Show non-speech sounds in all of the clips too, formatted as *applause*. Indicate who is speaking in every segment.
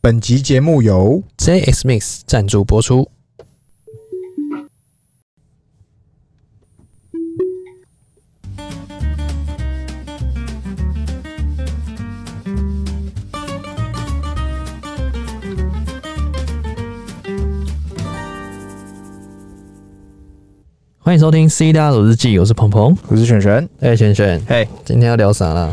Speaker 1: 本集节目由
Speaker 2: JX Mix 赞助播出。欢迎收听《C 大鲁日记》，我是鹏鹏。
Speaker 1: 我是璇璇。
Speaker 2: 哎、璇璇，
Speaker 1: 嘿，
Speaker 2: 今天要聊啥啦？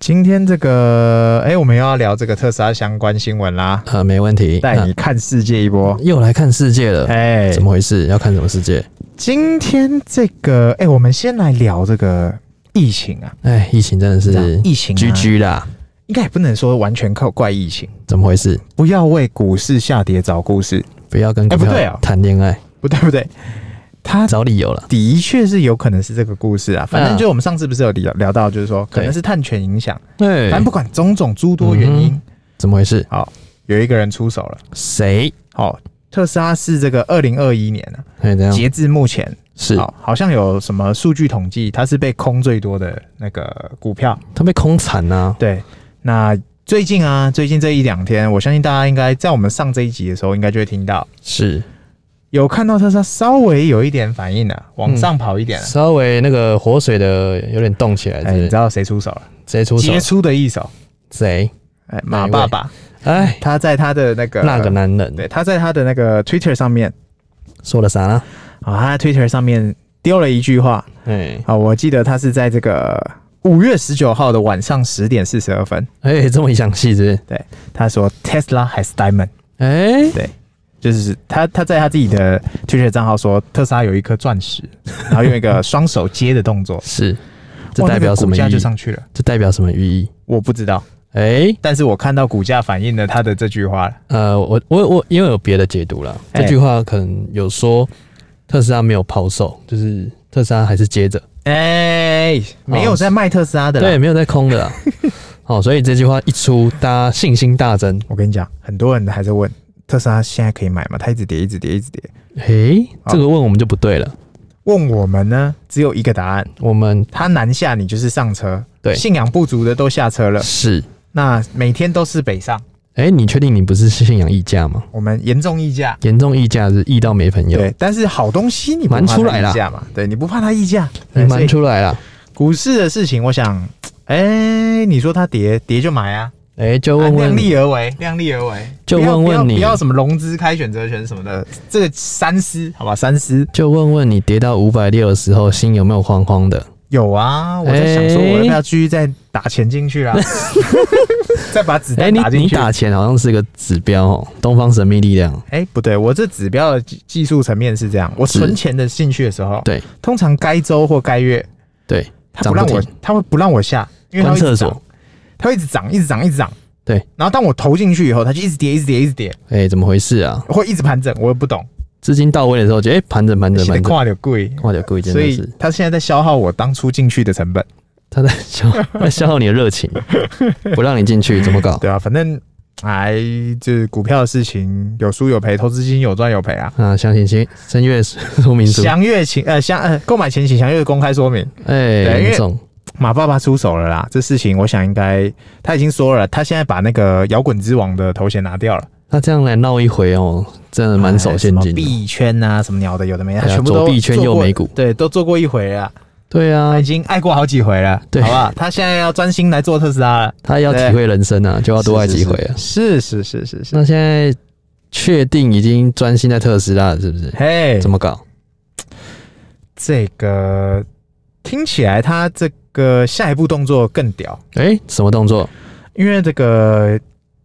Speaker 1: 今天这个，哎、我们又要聊这个特斯拉相关新闻啦，
Speaker 2: 啊，没问题。
Speaker 1: 带你
Speaker 2: 啊
Speaker 1: 看世界一波。
Speaker 2: 又来看世界了，
Speaker 1: 哎、
Speaker 2: 怎么回事？要看什么世界？
Speaker 1: 今天这个，哎、我们先来聊这个疫情啊，
Speaker 2: 哎，疫情真的
Speaker 1: 这样
Speaker 2: 是
Speaker 1: 疫情、啊，
Speaker 2: 居居啦，
Speaker 1: 应该也不能说完全靠怪疫情，
Speaker 2: 怎么回事？
Speaker 1: 不要为股市下跌找故事，
Speaker 2: 不要跟股
Speaker 1: 哎不对
Speaker 2: 票
Speaker 1: 哦
Speaker 2: 谈恋爱，
Speaker 1: 不对不对，它
Speaker 2: 找理由了。
Speaker 1: 的确是有可能是这个故事啊，反正
Speaker 2: 嗯
Speaker 1: 就我们上次不是有聊聊到，就是说可能
Speaker 2: 对
Speaker 1: 是碳权影响，
Speaker 2: 对
Speaker 1: 反正不管种种诸多原因，
Speaker 2: 怎么回事？
Speaker 1: 好，有一个人出手了。
Speaker 2: 谁？
Speaker 1: 好，哦特斯拉是这个二零二一年啊，
Speaker 2: 哎，怎样？
Speaker 1: 截至目前，
Speaker 2: 是
Speaker 1: 好，好像有什么数据统计，它是被空最多的那个股票。
Speaker 2: 他被空啊惨呐、
Speaker 1: 对，那最近啊，最近这一两天，我相信大家应该在我们上这一集的时候，应该就会听到
Speaker 2: 是
Speaker 1: 有看到特斯拉稍微有一点反应了、啊往上跑一点了。
Speaker 2: 稍微那个活水的有点动起来
Speaker 1: 哎、你
Speaker 2: 嗯是
Speaker 1: 知
Speaker 2: 不是，
Speaker 1: 道谁出手了？
Speaker 2: 谁出手
Speaker 1: 杰？出的一手，
Speaker 2: 谁？
Speaker 1: 哎、马爸爸，
Speaker 2: 哎，
Speaker 1: 他在他的那个
Speaker 2: 那个男
Speaker 1: 对，
Speaker 2: 人
Speaker 1: 他在他的那个 Twitter 上面，
Speaker 2: 说了啥呢？
Speaker 1: 啊、他在 Twitter 上面丢了一句话，
Speaker 2: 哎
Speaker 1: 好，我记得他是在这个五月十九号的晚上十点四十二分，
Speaker 2: 哎，这么详细是不是？
Speaker 1: 对，他说 Tesla has diamond，
Speaker 2: 哎，，
Speaker 1: 就是他他在他自己的 Twitter 账号说特斯拉有一颗钻石， *laughs* 然后用一个双手接的动作
Speaker 2: 是， *laughs* 这
Speaker 1: 哇
Speaker 2: 代表
Speaker 1: 那个
Speaker 2: 什么
Speaker 1: 股价
Speaker 2: 意
Speaker 1: 就
Speaker 2: 义？
Speaker 1: 上去了，
Speaker 2: 这代表什么寓意？
Speaker 1: 我不知道，
Speaker 2: 哎，
Speaker 1: 但是我看到股价反映了他的这句话了，
Speaker 2: 呃，我我我因为有别的解读啦，
Speaker 1: 哎
Speaker 2: 这句话可能有说特斯拉没有抛售，就是特斯拉还是接着，
Speaker 1: 哎、没有在卖特斯拉的啦。
Speaker 2: 对，没有在空
Speaker 1: *laughs*
Speaker 2: 的啦。好、所以这句话一出，大家信心大增。
Speaker 1: 我跟你讲，很多人还在问特斯拉现在可以买吗？它一直跌，一直跌，一直跌。
Speaker 2: 诶、
Speaker 1: 好
Speaker 2: 这个问我们就不对了，
Speaker 1: 问我们呢，只有一个答案，
Speaker 2: 我们
Speaker 1: 它南下你就是上车，
Speaker 2: 对
Speaker 1: 信仰不足的都下车了。
Speaker 2: 是，
Speaker 1: 那每天都是北上，
Speaker 2: 诶、你确定你不是信仰溢价吗？
Speaker 1: 我们严重溢价。
Speaker 2: 严重溢价是溢到没朋友，
Speaker 1: 对，但是好东西你不怕
Speaker 2: 瞒出来
Speaker 1: 它
Speaker 2: 啦
Speaker 1: 溢价嘛？对，你不怕它溢价？对
Speaker 2: 你
Speaker 1: 哎所
Speaker 2: 瞒
Speaker 1: 以
Speaker 2: 出来了。
Speaker 1: 股市的事情，我想，哎、你说它跌跌就买啊，
Speaker 2: 诶、就
Speaker 1: 啊
Speaker 2: 问
Speaker 1: 量，
Speaker 2: 问
Speaker 1: 力而为，量力而为。
Speaker 2: 就
Speaker 1: 不要
Speaker 2: 问
Speaker 1: 不
Speaker 2: 问
Speaker 1: 要
Speaker 2: 你
Speaker 1: 不要什么融资开选择权什么的，这个三思，好吧，三思。
Speaker 2: 就问问你跌到五百六的时候，心有没有慌慌的？
Speaker 1: 有啊，我在想说，
Speaker 2: 哎
Speaker 1: 我要不要继续再打钱进去
Speaker 2: *laughs*
Speaker 1: 啊？再把子
Speaker 2: 诶、
Speaker 1: 弹
Speaker 2: 哎你
Speaker 1: 打进
Speaker 2: 你
Speaker 1: 去？啊
Speaker 2: 打钱好像是个指标哦，东方神秘力量。
Speaker 1: 哎、不对，我这指标的技技术层面是这样，我
Speaker 2: 是
Speaker 1: 存钱的进去的时候，
Speaker 2: 对
Speaker 1: 通常该周或该月，
Speaker 2: 对，
Speaker 1: 他不让我
Speaker 2: 涨，
Speaker 1: 他会不让我下，因为它会一
Speaker 2: 关
Speaker 1: 直
Speaker 2: 厕
Speaker 1: 涨
Speaker 2: 所，。
Speaker 1: 它会一直涨，一直涨，一直涨。
Speaker 2: 对，
Speaker 1: 然后当我投进去以后，它就一直跌，一直跌，一直跌，
Speaker 2: 诶、怎么回事啊？
Speaker 1: 会一直盘整，我也不懂，
Speaker 2: 资金到位的时候就诶哎盘着盘着
Speaker 1: 显得
Speaker 2: 盘着，
Speaker 1: 跨有贵。
Speaker 2: 哇，就故意真
Speaker 1: 所
Speaker 2: 的
Speaker 1: 以
Speaker 2: 是
Speaker 1: 它现在在消耗我当初进去的成本，
Speaker 2: 他在消 *laughs* 在消耗你的热情，
Speaker 1: *laughs*
Speaker 2: 不让你进去，怎么搞？
Speaker 1: 对啊，反正哎，就是股票的事情有输有赔，投资基金有赚有赔啊。
Speaker 2: 啊，详情请申阅说明书。
Speaker 1: 详阅请呃详呃购买前请详阅公开说明。
Speaker 2: 哎，
Speaker 1: 对因为
Speaker 2: 严重
Speaker 1: 马爸爸出手了啦，这事情我想应该他已经说了，他现在把那个摇滚之王的头衔拿掉了，
Speaker 2: 那这样来闹一回哦，真的满手现
Speaker 1: 哎什
Speaker 2: 金
Speaker 1: 么
Speaker 2: 的。
Speaker 1: 币圈啊什么鸟的，有的没的，他
Speaker 2: 对啊
Speaker 1: 全部都
Speaker 2: 左币圈
Speaker 1: 做过
Speaker 2: 右美股
Speaker 1: 对，都做过一回了。
Speaker 2: 对啊
Speaker 1: 他已，经爱过好几回了，
Speaker 2: 对
Speaker 1: 好不好？他现在要专心来做特斯拉了，
Speaker 2: 他要体会人生啊，就要多爱几回啊。
Speaker 1: 是是是是是，
Speaker 2: 那现在确定已经专心在特斯拉了，是不是？
Speaker 1: 嘿，
Speaker 2: 怎么搞？
Speaker 1: 这个听起来他这个下一步动作更屌，
Speaker 2: 哎，什么动作？
Speaker 1: 因为这个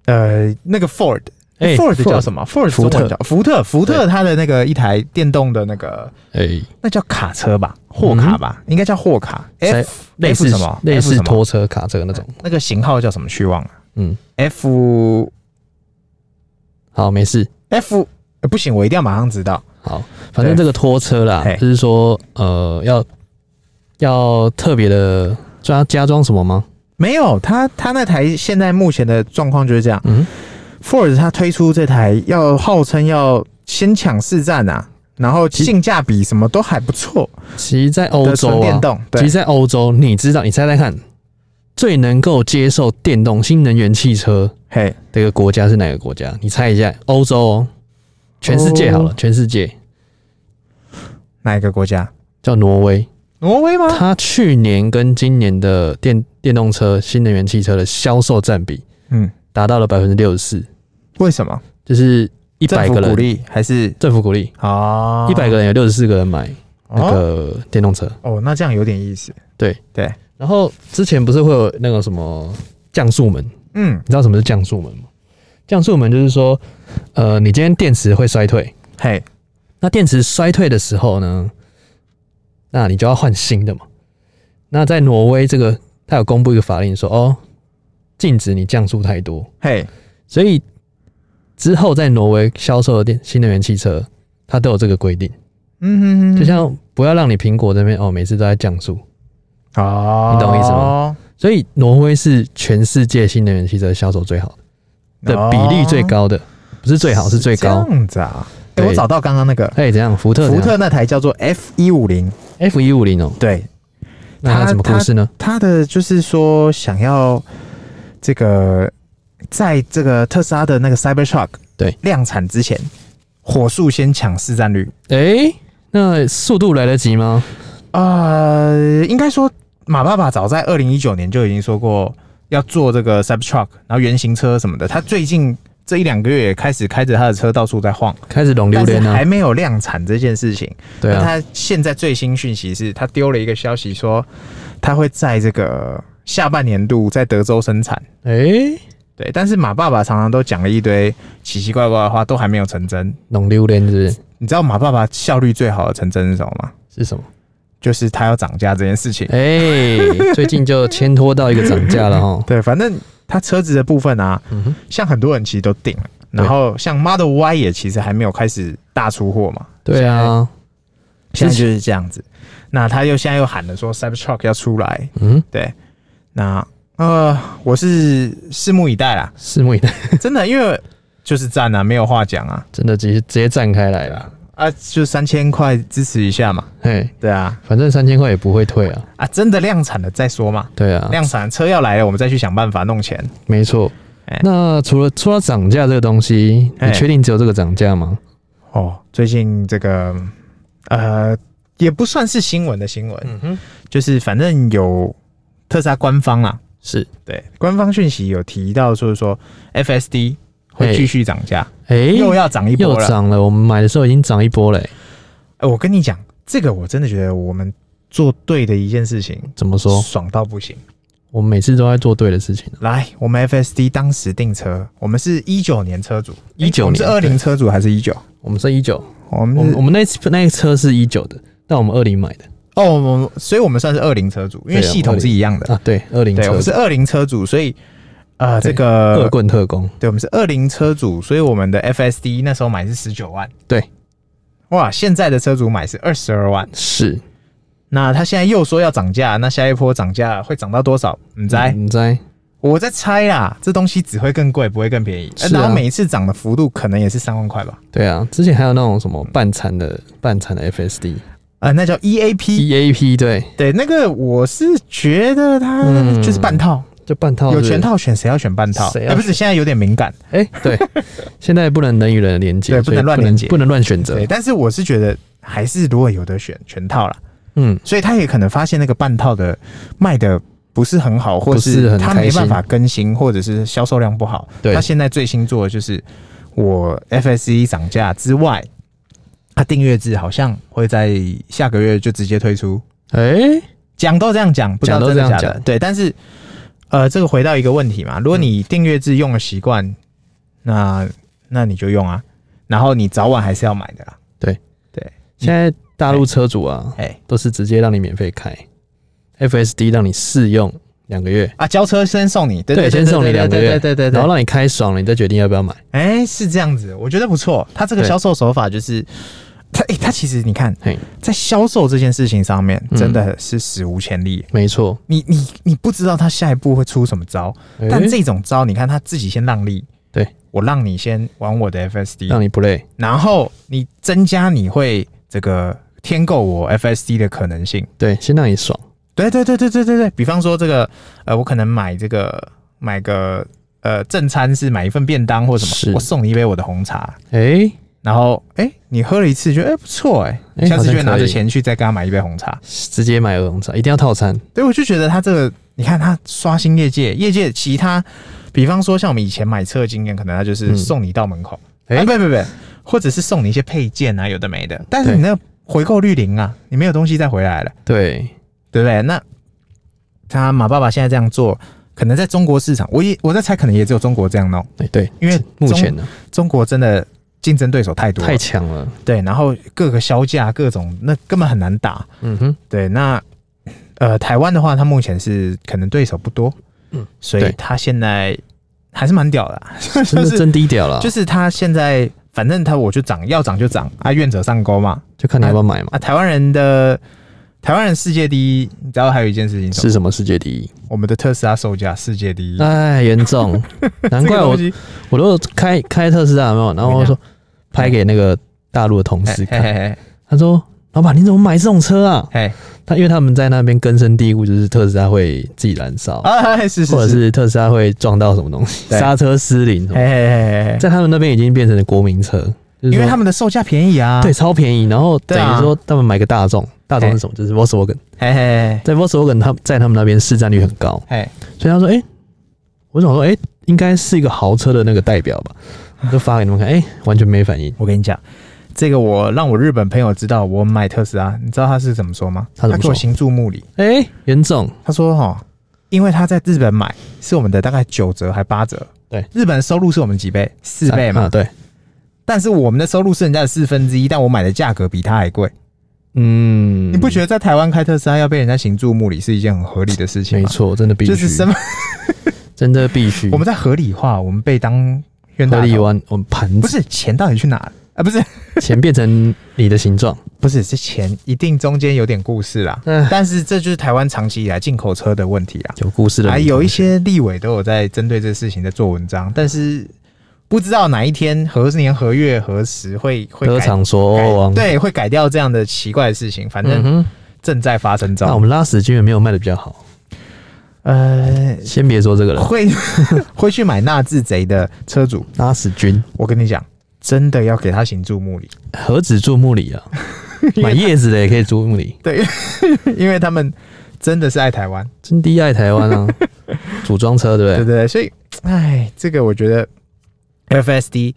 Speaker 1: 呃那个 Ford。
Speaker 2: 哎
Speaker 1: Ford 叫什么？Ford
Speaker 2: 福
Speaker 1: 中
Speaker 2: 特
Speaker 1: 文叫福特，福特它的那个一台电动的那个，
Speaker 2: 哎，
Speaker 1: 那叫卡车吧，货卡吧，应该叫货卡。
Speaker 2: 嗯在
Speaker 1: F
Speaker 2: 类似
Speaker 1: F 什么
Speaker 2: 类
Speaker 1: F
Speaker 2: 似
Speaker 1: 什么
Speaker 2: 拖车、卡车那种。
Speaker 1: 那个型号叫什么？去忘了。啊
Speaker 2: 嗯，
Speaker 1: F
Speaker 2: 好，没事。
Speaker 1: F 呃不行，我一定要马上知道。
Speaker 2: 好，反正这个拖车啦
Speaker 1: 嘿，
Speaker 2: 就是说，呃，要要特别的加加装什么吗？
Speaker 1: 没有，他他那台现在目前的状况就是这样。
Speaker 2: 嗯，
Speaker 1: Ford 它推出这台要号称要先抢市占啊，然后性价比什么都还不错
Speaker 2: 其实，在欧
Speaker 1: 的纯
Speaker 2: 洲啊
Speaker 1: 电，动，
Speaker 2: 其
Speaker 1: 对，
Speaker 2: 实，在欧洲，你知道，你猜猜看，最能够接受电动新能源汽车
Speaker 1: 嘿，
Speaker 2: 这个国家是哪个国家？你猜一下，欧洲哦，全世界好
Speaker 1: 哦
Speaker 2: 了，全世界
Speaker 1: 哪一个国家？
Speaker 2: 叫挪威。
Speaker 1: 挪威吗？
Speaker 2: 它去年跟今年的电电动车、新能源汽车的销售占比
Speaker 1: 嗯，
Speaker 2: 达到了百分之六十四，
Speaker 1: 为什么？
Speaker 2: 就是一
Speaker 1: 政
Speaker 2: 百
Speaker 1: 府
Speaker 2: 个
Speaker 1: 鼓
Speaker 2: 人
Speaker 1: 励还是
Speaker 2: 政府鼓励，
Speaker 1: 啊？
Speaker 2: 一百个人有六十四个人买那
Speaker 1: 哦
Speaker 2: 个电动车。
Speaker 1: 哦，那这样有点意思。
Speaker 2: 啊然后之前不是会有那个什么降速门？你
Speaker 1: 嗯，
Speaker 2: 知道什么是降速门吗？降速门就是说，呃，你今天电池会衰退，
Speaker 1: 嘿，
Speaker 2: 那电池衰退的时候呢，那你就要换新的嘛。那在挪威这个，它有公布一个法令说，哦，禁止你降速太多，
Speaker 1: 嘿，
Speaker 2: 所以之后在挪威销售的电新能源汽车，它都有这个规定，
Speaker 1: 嗯哼哼，
Speaker 2: 就像不要让你苹果这边哦每次都在降速，
Speaker 1: 哦，
Speaker 2: 你懂我意思
Speaker 1: 吗？
Speaker 2: 所以挪威是全世界新能源汽车销售最好的的比例最高的，不是最好是最高
Speaker 1: 哦这。样子啊。哎，
Speaker 2: 对
Speaker 1: 我找到刚刚那个
Speaker 2: 哎、怎样？福特怎
Speaker 1: 福
Speaker 2: 样
Speaker 1: 特那台叫做 F 一五零，
Speaker 2: F 一五零哦，
Speaker 1: 对，
Speaker 2: 那它
Speaker 1: 它
Speaker 2: 什么故事呢？
Speaker 1: 他的就是说想要这个在这个特斯拉的那个 Cybertruck
Speaker 2: 对
Speaker 1: 量产之前，火速先抢市占率。
Speaker 2: 哎、那速度来得及吗？
Speaker 1: 呃，应该说马爸爸早在二零一九年就已经说过要做这个 Cybertruck，然后原型车什么的。他最近这一两个月也开始开着他的车到处在晃，
Speaker 2: 开始拢榴
Speaker 1: 但是
Speaker 2: 莲啊
Speaker 1: 还，没有量产这件事情。
Speaker 2: 对
Speaker 1: 那
Speaker 2: 啊，
Speaker 1: 他现在最新讯息是，他丢了一个消息说，他会在这个下半年度在德州生产。
Speaker 2: 哎、
Speaker 1: 对，但是马爸爸常常都讲了一堆奇奇怪怪的话，都还没有成真。
Speaker 2: 拢榴莲是不是
Speaker 1: 你知道马爸爸效率最好的成真是什么吗？
Speaker 2: 是什么？
Speaker 1: 就是他要涨价这件事情。
Speaker 2: 哎、最近就牵拖到一个涨价了
Speaker 1: *laughs*
Speaker 2: 哈。
Speaker 1: 对，反正他车子的部分啊，
Speaker 2: 嗯哼，
Speaker 1: 像很多人其实都定了，
Speaker 2: 对
Speaker 1: 然后像 Model Y 也其实还没有开始大出货嘛。
Speaker 2: 对啊，
Speaker 1: 现在就是这样子。那他又现在又喊了说 Cybertruck 要出来，
Speaker 2: 嗯，
Speaker 1: 对，那呃，我是拭目以待 *laughs* 啦，
Speaker 2: 拭目以待，
Speaker 1: 真的，因为就是赞啊，没有话讲啊，
Speaker 2: 真的直接直接站开来了。
Speaker 1: 啊，就三千块支持一下嘛，
Speaker 2: 哎，
Speaker 1: 对啊，
Speaker 2: 反正三千块也不会退啊。
Speaker 1: 啊，真的量产了再说嘛，
Speaker 2: 对啊，
Speaker 1: 量产车要来了，我们再去想办法弄钱。
Speaker 2: 没错
Speaker 1: 哎。
Speaker 2: 那除了说到涨价这个东西，
Speaker 1: 哎
Speaker 2: 你确定只有这个涨价吗？
Speaker 1: 哦，最近这个呃，也不算是新闻的新闻，
Speaker 2: 嗯哼，
Speaker 1: 就是反正有特斯拉官方啊，
Speaker 2: 是。
Speaker 1: 对，官方讯息有提到，就是说 FSD 会继续涨价，
Speaker 2: 哎、
Speaker 1: 又要涨一
Speaker 2: 又
Speaker 1: 波了。
Speaker 2: 涨了，我们买的时候已经涨一波嘞、
Speaker 1: 哎、我跟你讲，这个我真的觉得我们做对的一件事情，
Speaker 2: 怎么说？
Speaker 1: 爽到不行。
Speaker 2: 我们每次都在做对的事情、啊。
Speaker 1: 来，我们 FSD 当时订车，我们是一九年车主，
Speaker 2: 19
Speaker 1: 我们是
Speaker 2: 年
Speaker 1: 二零车主还是一九？
Speaker 2: 我们是一九，
Speaker 1: 我
Speaker 2: 我
Speaker 1: 们
Speaker 2: 们
Speaker 1: 是
Speaker 2: 我们那一次那一车是一九的，但我们二零买的
Speaker 1: 哦，我们所以我们算是二零车主，因为
Speaker 2: 对啊
Speaker 1: 系统是一样的。
Speaker 2: 啊，对，二零
Speaker 1: 对，我
Speaker 2: 车
Speaker 1: 们是二零车主，所以呃，
Speaker 2: 对
Speaker 1: 这
Speaker 2: 恶
Speaker 1: 个
Speaker 2: 棍特工，
Speaker 1: 对，我们是二零车主，所以我们的 FSD 那时候买是十九万，
Speaker 2: 对，
Speaker 1: 哇，现在的车主买是二十二万。
Speaker 2: 是
Speaker 1: 那他现在又说要涨价，那下一波涨价会涨到多少？你猜？
Speaker 2: 你在
Speaker 1: 我在猜啦，这东西只会更贵，不会更便宜。
Speaker 2: 是啊
Speaker 1: 然后每一次涨的幅度可能也是三万块吧？
Speaker 2: 对啊，之前还有那种什么半残的半残的 FSD
Speaker 1: 呃，那叫 EAP，
Speaker 2: EAP，对，E
Speaker 1: 对，那个我是觉得它
Speaker 2: 嗯
Speaker 1: 就是半套，
Speaker 2: 就半套
Speaker 1: 有
Speaker 2: 是不是
Speaker 1: 全，套选，谁要选半套？
Speaker 2: 谁要
Speaker 1: 哎，不是，现在有点敏感。
Speaker 2: 哎、对，现在不能人与人连接，
Speaker 1: 对
Speaker 2: 所以
Speaker 1: 不能乱连接
Speaker 2: 不能乱选择
Speaker 1: 对，，但是我是觉得还是如果有的选全套啦，
Speaker 2: 嗯，
Speaker 1: 所以他也可能发现那个半套的卖的不是很好，或
Speaker 2: 不是很
Speaker 1: 他
Speaker 2: 开
Speaker 1: 没
Speaker 2: 心
Speaker 1: 办法更新，或者是销售量不好。
Speaker 2: 对
Speaker 1: 他现在最新做的就是我 FSE 涨价之外，他订阅制好像会在下个月就直接推出。
Speaker 2: 哎、
Speaker 1: 讲都这样讲，不知道
Speaker 2: 讲都
Speaker 1: 真的
Speaker 2: 这样
Speaker 1: 假的
Speaker 2: 讲。
Speaker 1: 对，但是呃，这个回到一个问题嘛，如果你订阅制用了习惯，那那你就用啊，然后你早晚还是要买的啊啦。
Speaker 2: 现在大陆车主啊，
Speaker 1: 哎、
Speaker 2: 都是直接让你免费开 FSD，让你试用两个月，
Speaker 1: 啊，交车先送你，对
Speaker 2: 对
Speaker 1: 对，
Speaker 2: 先送你
Speaker 1: 对对
Speaker 2: 两个月
Speaker 1: 对对对对
Speaker 2: 然后
Speaker 1: 对。
Speaker 2: 让你开爽了，你再决定要不要买。
Speaker 1: 哎，是这样子，我觉得不错。他这个
Speaker 2: 对
Speaker 1: 销售手法就是，他哎，他其实你看
Speaker 2: 嘿，
Speaker 1: 在销售这件事情上面，
Speaker 2: 嗯
Speaker 1: 真的是史无前例。
Speaker 2: 没错，
Speaker 1: 你你你不知道他下一步会出什么招，
Speaker 2: 哎
Speaker 1: 但这种招，你看他自己先让利，
Speaker 2: 对嗯
Speaker 1: 我让你先玩我的 FSD，
Speaker 2: 让你不累。
Speaker 1: 然后你增加你会这个添购我 FSD 的可能性。
Speaker 2: 对，先让你爽。
Speaker 1: 对对对对对对对，比方说这个，呃，我可能买这个买个呃正餐是买一份便当或什
Speaker 2: 是
Speaker 1: 么，我送你一杯我的红茶，
Speaker 2: 哎、
Speaker 1: 然后哎、你喝了一次觉得哎、不错哎、
Speaker 2: 哎
Speaker 1: 下次就会
Speaker 2: 好像
Speaker 1: 拿
Speaker 2: 可
Speaker 1: 着
Speaker 2: 以
Speaker 1: 钱去再跟他买一杯红茶。
Speaker 2: 直接买鹅绒茶，一定要套餐，
Speaker 1: 对，我就觉得他这个，你看他刷新业界，业界其他，比方说像我们以前买车的经验，可能他就
Speaker 2: 嗯
Speaker 1: 是送你到门口，
Speaker 2: 哎
Speaker 1: 哎、不不不，或者是送你一些配件啊，有的没的，但是
Speaker 2: 对
Speaker 1: 你那个回购率零啊，你没有东西再回来了，
Speaker 2: 对，
Speaker 1: 对不对？那他马爸爸现在这样做，可能在中国市场，我也我在猜，可能也只有中国这样弄，
Speaker 2: 哎、对，
Speaker 1: 因为
Speaker 2: 目
Speaker 1: 中
Speaker 2: 前呢啊
Speaker 1: 中国真的竞争对手太多了，
Speaker 2: 太强了，
Speaker 1: 对，然后各个销价各种，那根本很难打。
Speaker 2: 嗯哼，
Speaker 1: 对，那呃，台湾的话，它目前是可能对手不多，
Speaker 2: 嗯
Speaker 1: 嗯，所
Speaker 2: 对
Speaker 1: 以它现在还是蛮屌的啊、*laughs*
Speaker 2: 真
Speaker 1: 就
Speaker 2: 的
Speaker 1: 是
Speaker 2: 真低调了，
Speaker 1: 就
Speaker 2: 就是
Speaker 1: 它现在反正它我就涨，要涨就涨啊，愿者上钩嘛
Speaker 2: 就看你要不要买嘛，
Speaker 1: 啊，台湾人的台湾人世界第一，你知道还有一件事情是什么
Speaker 2: 是什么世界第一？
Speaker 1: 我们的特斯拉售价世界第一，
Speaker 2: 哎，
Speaker 1: *laughs*
Speaker 2: 严重，难
Speaker 1: 这个
Speaker 2: 怪我
Speaker 1: 东西哎
Speaker 2: 我都开开特斯拉有没有？然后我说拍给那个大陆的同事
Speaker 1: 嘿嘿
Speaker 2: 看，
Speaker 1: 嘿
Speaker 2: 他说：“老板，你怎么买这种车啊
Speaker 1: 嘿，？”
Speaker 2: 他因为他们在那边根深蒂固，就是特斯拉会自己燃烧，
Speaker 1: 啊，嘿是
Speaker 2: 哦或者
Speaker 1: 是是，
Speaker 2: 是特斯拉会撞到什么东西，
Speaker 1: 对
Speaker 2: 刹车失灵什么，
Speaker 1: 嘿嘿嘿嘿嘿，
Speaker 2: 在他们那边已经变成了国民车，就是说
Speaker 1: 因为他们的售价便宜啊，
Speaker 2: 对，超便宜。然后
Speaker 1: 对
Speaker 2: 等于
Speaker 1: 啊
Speaker 2: 说他们买个大众，大众是什么？就是 Volkswagen，
Speaker 1: 嘿嘿
Speaker 2: 在 Volkswagen 他在他们那边市占率很高，
Speaker 1: 嘿嘿，
Speaker 2: 所以他说：“哎、我想说，哎、应该是一个豪车的那个代表
Speaker 1: *laughs*
Speaker 2: 吧。”我就发给你们看，哎、完全没反应。
Speaker 1: 我跟你讲，这个我让我日本朋友知道我买特斯拉，你知道他是怎么说吗？
Speaker 2: 他怎么说
Speaker 1: 给我行注目礼，
Speaker 2: 哎、严重，
Speaker 1: 他说哈，因为他在日本买是我们的大概九折还八折，
Speaker 2: 对，
Speaker 1: 日本收入是我们几倍？四倍嘛。
Speaker 2: 啊，对，
Speaker 1: 但是我们的收入是人家的四分之一，但我买的价格比他还贵。
Speaker 2: 嗯，
Speaker 1: 你不觉得在台湾开特斯拉要被人家行注目礼是一件很合理的事情
Speaker 2: 没
Speaker 1: 吗？
Speaker 2: 错，真的必须，
Speaker 1: 就是什么？
Speaker 2: 真的必须。
Speaker 1: 我们在合理化，我们被当冤大
Speaker 2: 合
Speaker 1: 头
Speaker 2: 理完，我们盘
Speaker 1: 不
Speaker 2: 子
Speaker 1: 是钱到底去哪了啊？不是，
Speaker 2: 钱变成你的形状，
Speaker 1: 不是，是钱一定中间有点故事啦。
Speaker 2: 嗯，
Speaker 1: 但是这就是台湾长期以来进口车的问题啊。
Speaker 2: 有故事的。
Speaker 1: 还有一，些立委都有在针对这事情在做文章，但是不知道哪一天何年何月何时会会
Speaker 2: 歌
Speaker 1: 改
Speaker 2: 场说哦
Speaker 1: 改
Speaker 2: 王，，
Speaker 1: 对会改掉这样的奇怪的事情，反
Speaker 2: 嗯
Speaker 1: 正
Speaker 2: 哼。
Speaker 1: 正在发生
Speaker 2: 那我
Speaker 1: 中。
Speaker 2: 们拉屎居然没有卖的比较好，
Speaker 1: 呃，
Speaker 2: 先别说这个了。
Speaker 1: 会 *laughs* 会去买纳智贼的车主，
Speaker 2: 拉屎君
Speaker 1: 我跟你讲，真的要给他行注目礼，
Speaker 2: 何止注目
Speaker 1: *laughs*
Speaker 2: 礼啊，买叶子的也可以注目礼，
Speaker 1: 因为他们真的是爱台湾，
Speaker 2: 真的爱台
Speaker 1: *laughs*
Speaker 2: 湾啊！组装车对
Speaker 1: 对
Speaker 2: 不
Speaker 1: 不
Speaker 2: 对？
Speaker 1: 对？所以，哎，这个我觉得 FSD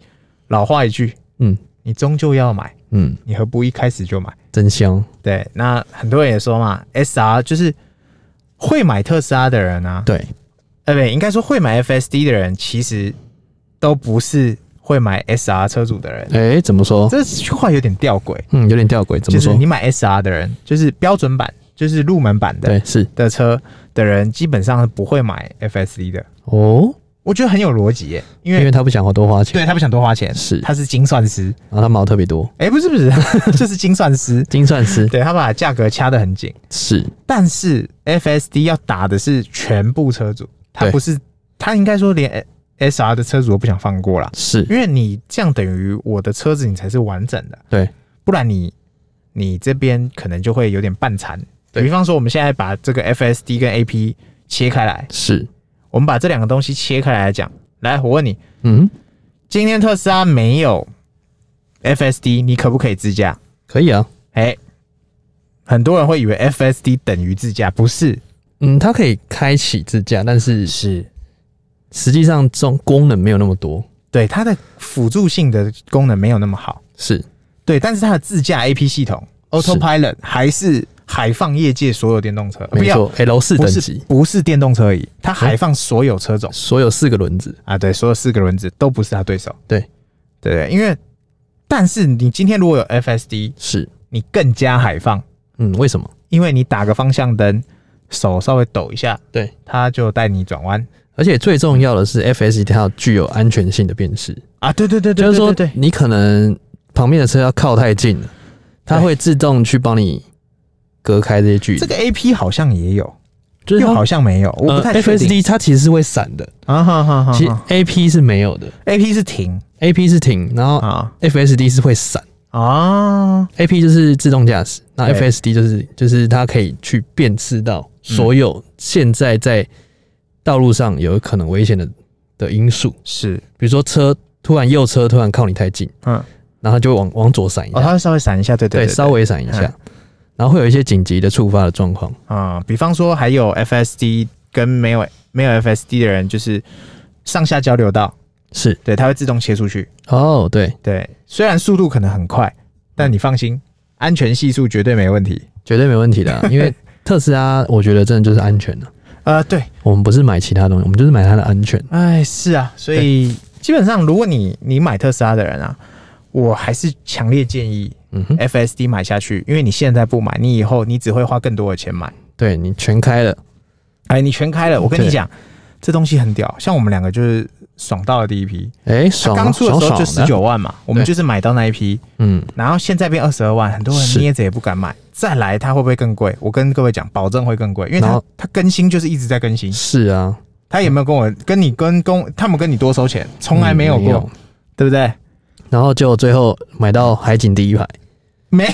Speaker 1: 老话一句，
Speaker 2: 嗯
Speaker 1: 你终究要买，
Speaker 2: 嗯，
Speaker 1: 你何不一开始就买？
Speaker 2: 真香。
Speaker 1: 对，那很多人也说嘛，SR 就是会买特斯拉的人啊，
Speaker 2: 对，
Speaker 1: 呃，不对，应该说会买 FSD 的人，其实都不是会买 SR 车主的人。
Speaker 2: 哎，怎么说？
Speaker 1: 这句话有点吊诡，
Speaker 2: 嗯，有点吊诡。怎
Speaker 1: 就
Speaker 2: 么
Speaker 1: 是
Speaker 2: 说
Speaker 1: 你？买 SR 的人，就是标准版，就是入门版的
Speaker 2: 对，是
Speaker 1: 的车的人，基本上不会买 FSD 的。
Speaker 2: 哦，
Speaker 1: 我觉得很有逻辑耶，因
Speaker 2: 因
Speaker 1: 为
Speaker 2: 为他不想花多花钱，
Speaker 1: 对他不想多花钱，
Speaker 2: 是
Speaker 1: 他是精算师，
Speaker 2: 然后他毛特别多，
Speaker 1: 哎、不是不 *laughs* 是，就是精算师，
Speaker 2: 精算师
Speaker 1: 对他把价格掐得很紧。
Speaker 2: 是
Speaker 1: 但是 FSD 要打的是全部车主，他
Speaker 2: 对
Speaker 1: 不是他应该说连 SR 的车主都不想放过啦，
Speaker 2: 是，
Speaker 1: 因为你这样等于我的车子你才是完整的，
Speaker 2: 对，
Speaker 1: 不然你你这边可能就会有点半残。
Speaker 2: 对
Speaker 1: 比方说，我们现在把这个 FSD 跟 AP 切开来，
Speaker 2: 是，
Speaker 1: 我们把这两个东西切开来来讲。来，我问你，
Speaker 2: 嗯，
Speaker 1: 今天特斯拉没有 FSD，你可不可以自驾？
Speaker 2: 可以啊，
Speaker 1: 哎、很多人会以为 FSD 等于自驾，不是，
Speaker 2: 嗯，它可以开启自驾，但是
Speaker 1: 是
Speaker 2: 实际上这种功能没有那么多，
Speaker 1: 对它的辅助性的功能没有那么好，
Speaker 2: 是
Speaker 1: 对，但是它的自驾 AP 系统 Autopilot 还是海放业界所有电动车，啊不
Speaker 2: 没
Speaker 1: 要
Speaker 2: 错，L 四
Speaker 1: 不
Speaker 2: 等
Speaker 1: 是
Speaker 2: 级，哎
Speaker 1: 不是电动车而已，它海放所有车种、
Speaker 2: 所有四个轮子，
Speaker 1: 啊，对，所有四个轮子都不是它对手，
Speaker 2: 对
Speaker 1: 对对，因为但是你今天如果有 FSD，
Speaker 2: 是，
Speaker 1: 你更加海放，
Speaker 2: 嗯，为什么？
Speaker 1: 因为你打个方向灯，手稍微抖一下，
Speaker 2: 对，
Speaker 1: 它就带你转弯
Speaker 2: 而且最重要的是，FSD 它要具有安全性的辨识，
Speaker 1: 啊，对对对对
Speaker 2: 就
Speaker 1: 对
Speaker 2: 是说
Speaker 1: 对对，
Speaker 2: 你可能旁边的车要靠太近了，它
Speaker 1: 对
Speaker 2: 会自动去帮你隔开这些距离，
Speaker 1: 这个 AP 好像也有，
Speaker 2: 就是
Speaker 1: 又
Speaker 2: 它
Speaker 1: 好像没有，我不太
Speaker 2: 呃
Speaker 1: 确定。
Speaker 2: FSD 它其实是会闪的，
Speaker 1: 啊哈哈哈
Speaker 2: 其实
Speaker 1: 哈
Speaker 2: AP 是没有的
Speaker 1: ，AP 是停
Speaker 2: ，AP 是停，然后
Speaker 1: 啊
Speaker 2: FSD 是会闪。
Speaker 1: 啊，
Speaker 2: A P 就是自动驾驶，那F
Speaker 1: 对
Speaker 2: S D 就是就是它可以去
Speaker 1: 嗯
Speaker 2: 辨识到所有现在在道路上有可能危险的的因素，
Speaker 1: 是，
Speaker 2: 比如说车突然右车突然靠你太近，
Speaker 1: 嗯，
Speaker 2: 然后它就会往往左闪一下，
Speaker 1: 哦，它会稍微闪一下，对对，
Speaker 2: 对
Speaker 1: 嗯
Speaker 2: 稍微闪一下，然后会有一些紧急的触发的状况。
Speaker 1: 啊、比方说还有 FSD 跟没有没有 FSD 的人，就是上下交流道，
Speaker 2: 是
Speaker 1: 对，它会自动切出去。
Speaker 2: 哦，对，
Speaker 1: 对，虽然速度可能很快，但你放心，安全系数绝对没问题。
Speaker 2: 绝对没问题的啊、
Speaker 1: *laughs*
Speaker 2: 因为特斯拉我觉得真的就是安全的、啊
Speaker 1: 呃，对，
Speaker 2: 我们不是买其他东西，我们就是买它的安全。
Speaker 1: 哎，是啊，所以基本上如果你你买特斯拉的人啊，我还是强烈建议
Speaker 2: 嗯哼，
Speaker 1: FSD 买下去，因为你现在不买，你以后你只会花更多的钱买。
Speaker 2: 对你全开了，
Speaker 1: 哎，你全开了，我跟你
Speaker 2: 对
Speaker 1: 讲，这东西很屌，像我们两个就是爽到了第一批，
Speaker 2: 哎、
Speaker 1: 它
Speaker 2: 爽啊
Speaker 1: 刚出的时候就
Speaker 2: 爽
Speaker 1: 十
Speaker 2: 爽的啊
Speaker 1: 九万嘛，我们
Speaker 2: 对
Speaker 1: 就是买到那一批，
Speaker 2: 嗯，
Speaker 1: 然后现在变二十二万，很多人
Speaker 2: 是
Speaker 1: 捏着也不敢买。再来，它会不会更贵？我跟各位讲，保证会更贵，因为
Speaker 2: 然
Speaker 1: 它
Speaker 2: 后
Speaker 1: 它更新就是一直在更新，
Speaker 2: 是啊，
Speaker 1: 它也没有跟我跟你跟跟他们跟你多收钱，从来没有
Speaker 2: 嗯
Speaker 1: 过，对不对？
Speaker 2: 然后就最后买到海景第
Speaker 1: *laughs*
Speaker 2: 一排，
Speaker 1: 没，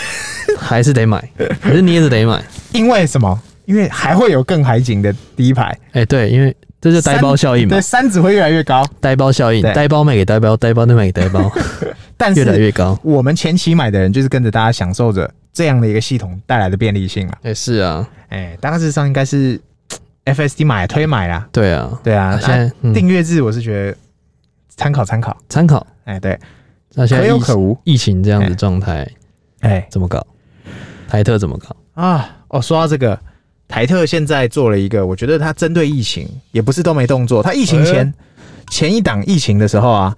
Speaker 2: 还是得买，还是捏着得买。
Speaker 1: 因为什么？因为还会有更海景的第一排，
Speaker 2: 哎、对，因为这就呆包效应嘛
Speaker 1: 对，，三指会越来越高，
Speaker 2: 呆包效应，
Speaker 1: 对
Speaker 2: 呆包卖给呆包，呆包再卖给
Speaker 1: *laughs*
Speaker 2: 呆包，
Speaker 1: 但
Speaker 2: 越来
Speaker 1: 是
Speaker 2: 越高。
Speaker 1: 我们前期买的人就是跟着大家享受着这样的一个系统带来的便利性啊。
Speaker 2: 哎、是啊，
Speaker 1: 哎、大致上应该是 FSD 买推买啦，
Speaker 2: 对啊，
Speaker 1: 对啊
Speaker 2: 那，现
Speaker 1: 那
Speaker 2: 在、嗯、
Speaker 1: 订阅制我是觉得参考参考，
Speaker 2: 参考，
Speaker 1: 哎、对，
Speaker 2: 那现
Speaker 1: 可
Speaker 2: 在
Speaker 1: 有
Speaker 2: 疫
Speaker 1: 可无，
Speaker 2: 疫情这样
Speaker 1: 哎
Speaker 2: 子状态
Speaker 1: 哎、
Speaker 2: 怎么搞？台特怎么搞？
Speaker 1: 啊，哦，说到这个，台特现在做了一个，我觉得它针对疫情也不是都没动作，它疫情前、前一档疫情的时候啊，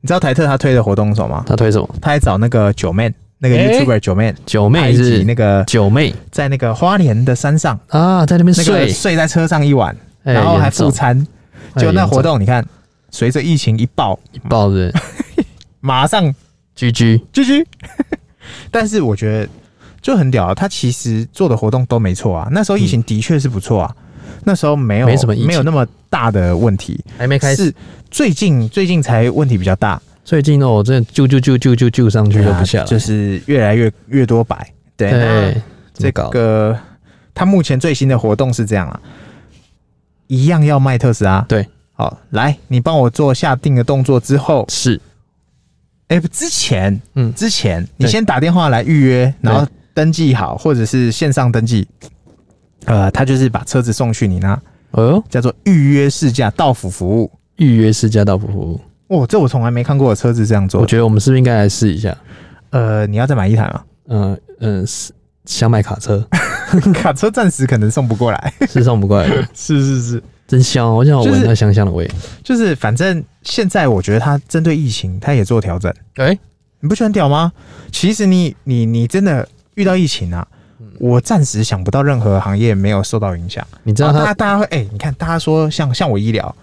Speaker 1: 你知道台特他推的活动是什么吗？
Speaker 2: 他推什么？
Speaker 1: 他还找那个九妹，那个
Speaker 2: 哎
Speaker 1: YouTuber 九妹、
Speaker 2: 九
Speaker 1: 拍
Speaker 2: 妹
Speaker 1: 一集
Speaker 2: 是
Speaker 1: 那个
Speaker 2: 九妹
Speaker 1: 在那个花莲的山上，
Speaker 2: 啊，在那边
Speaker 1: 那个
Speaker 2: 睡，
Speaker 1: 睡在车上一晚，
Speaker 2: 哎
Speaker 1: 然后还
Speaker 2: 严重
Speaker 1: 附餐，
Speaker 2: 哎
Speaker 1: 就那活
Speaker 2: 严
Speaker 1: 动，你看，随着疫情一爆，
Speaker 2: 重
Speaker 1: *laughs*
Speaker 2: 爆是
Speaker 1: 马上
Speaker 2: GG，
Speaker 1: 居居。 *laughs* 但是我觉得就很屌啊，他其实做的活动都没错啊。那时候疫情的确是不错啊，那时候没有
Speaker 2: 嗯没什么疫情
Speaker 1: 没有那么大的问题，
Speaker 2: 还没开始。
Speaker 1: 是最近最近才问题比较大，
Speaker 2: 最近呢，我真的啾啾啾啾啾啾上
Speaker 1: 啊
Speaker 2: 去都不下来，
Speaker 1: 就是越来越越多白。对，那
Speaker 2: 对，怎
Speaker 1: 这
Speaker 2: 么搞的？
Speaker 1: 个他目前最新的活动是这样啊，一样要卖特斯拉。
Speaker 2: 对，
Speaker 1: 好，来，你帮我做下定的动作之后，
Speaker 2: 是
Speaker 1: 哎、不之前，
Speaker 2: 嗯
Speaker 1: 之前你
Speaker 2: 对
Speaker 1: 先打电话来预约，然后登记好，或者是线上登记。呃，他就是把车子送去你那，
Speaker 2: 哦，
Speaker 1: 叫做预约试驾到府服务。
Speaker 2: 预约式驾到服务，
Speaker 1: 哦，这我从来没看过的车子这样做
Speaker 2: 我。觉得我们是不是应该来试一下？
Speaker 1: 呃，你要再买一台吗？ *laughs*
Speaker 2: 嗯嗯，是想买卡车
Speaker 1: 卡车暂时可能送不过来。
Speaker 2: *laughs* 是送不过来的，
Speaker 1: 是是是，
Speaker 2: 真香哦！我想我
Speaker 1: 就
Speaker 2: 闻
Speaker 1: 是
Speaker 2: 到香香的味。
Speaker 1: 就是反正现在我觉得他针对疫情，他也做调整。
Speaker 2: 哎，
Speaker 1: 你不觉得很屌吗？其实你你你真的遇到疫情啊，
Speaker 2: 嗯
Speaker 1: 我暂时想不到任何行业没有受到影响。
Speaker 2: 你知道
Speaker 1: 然后大
Speaker 2: 他
Speaker 1: 家大家会哎、你看大家说像像我医疗，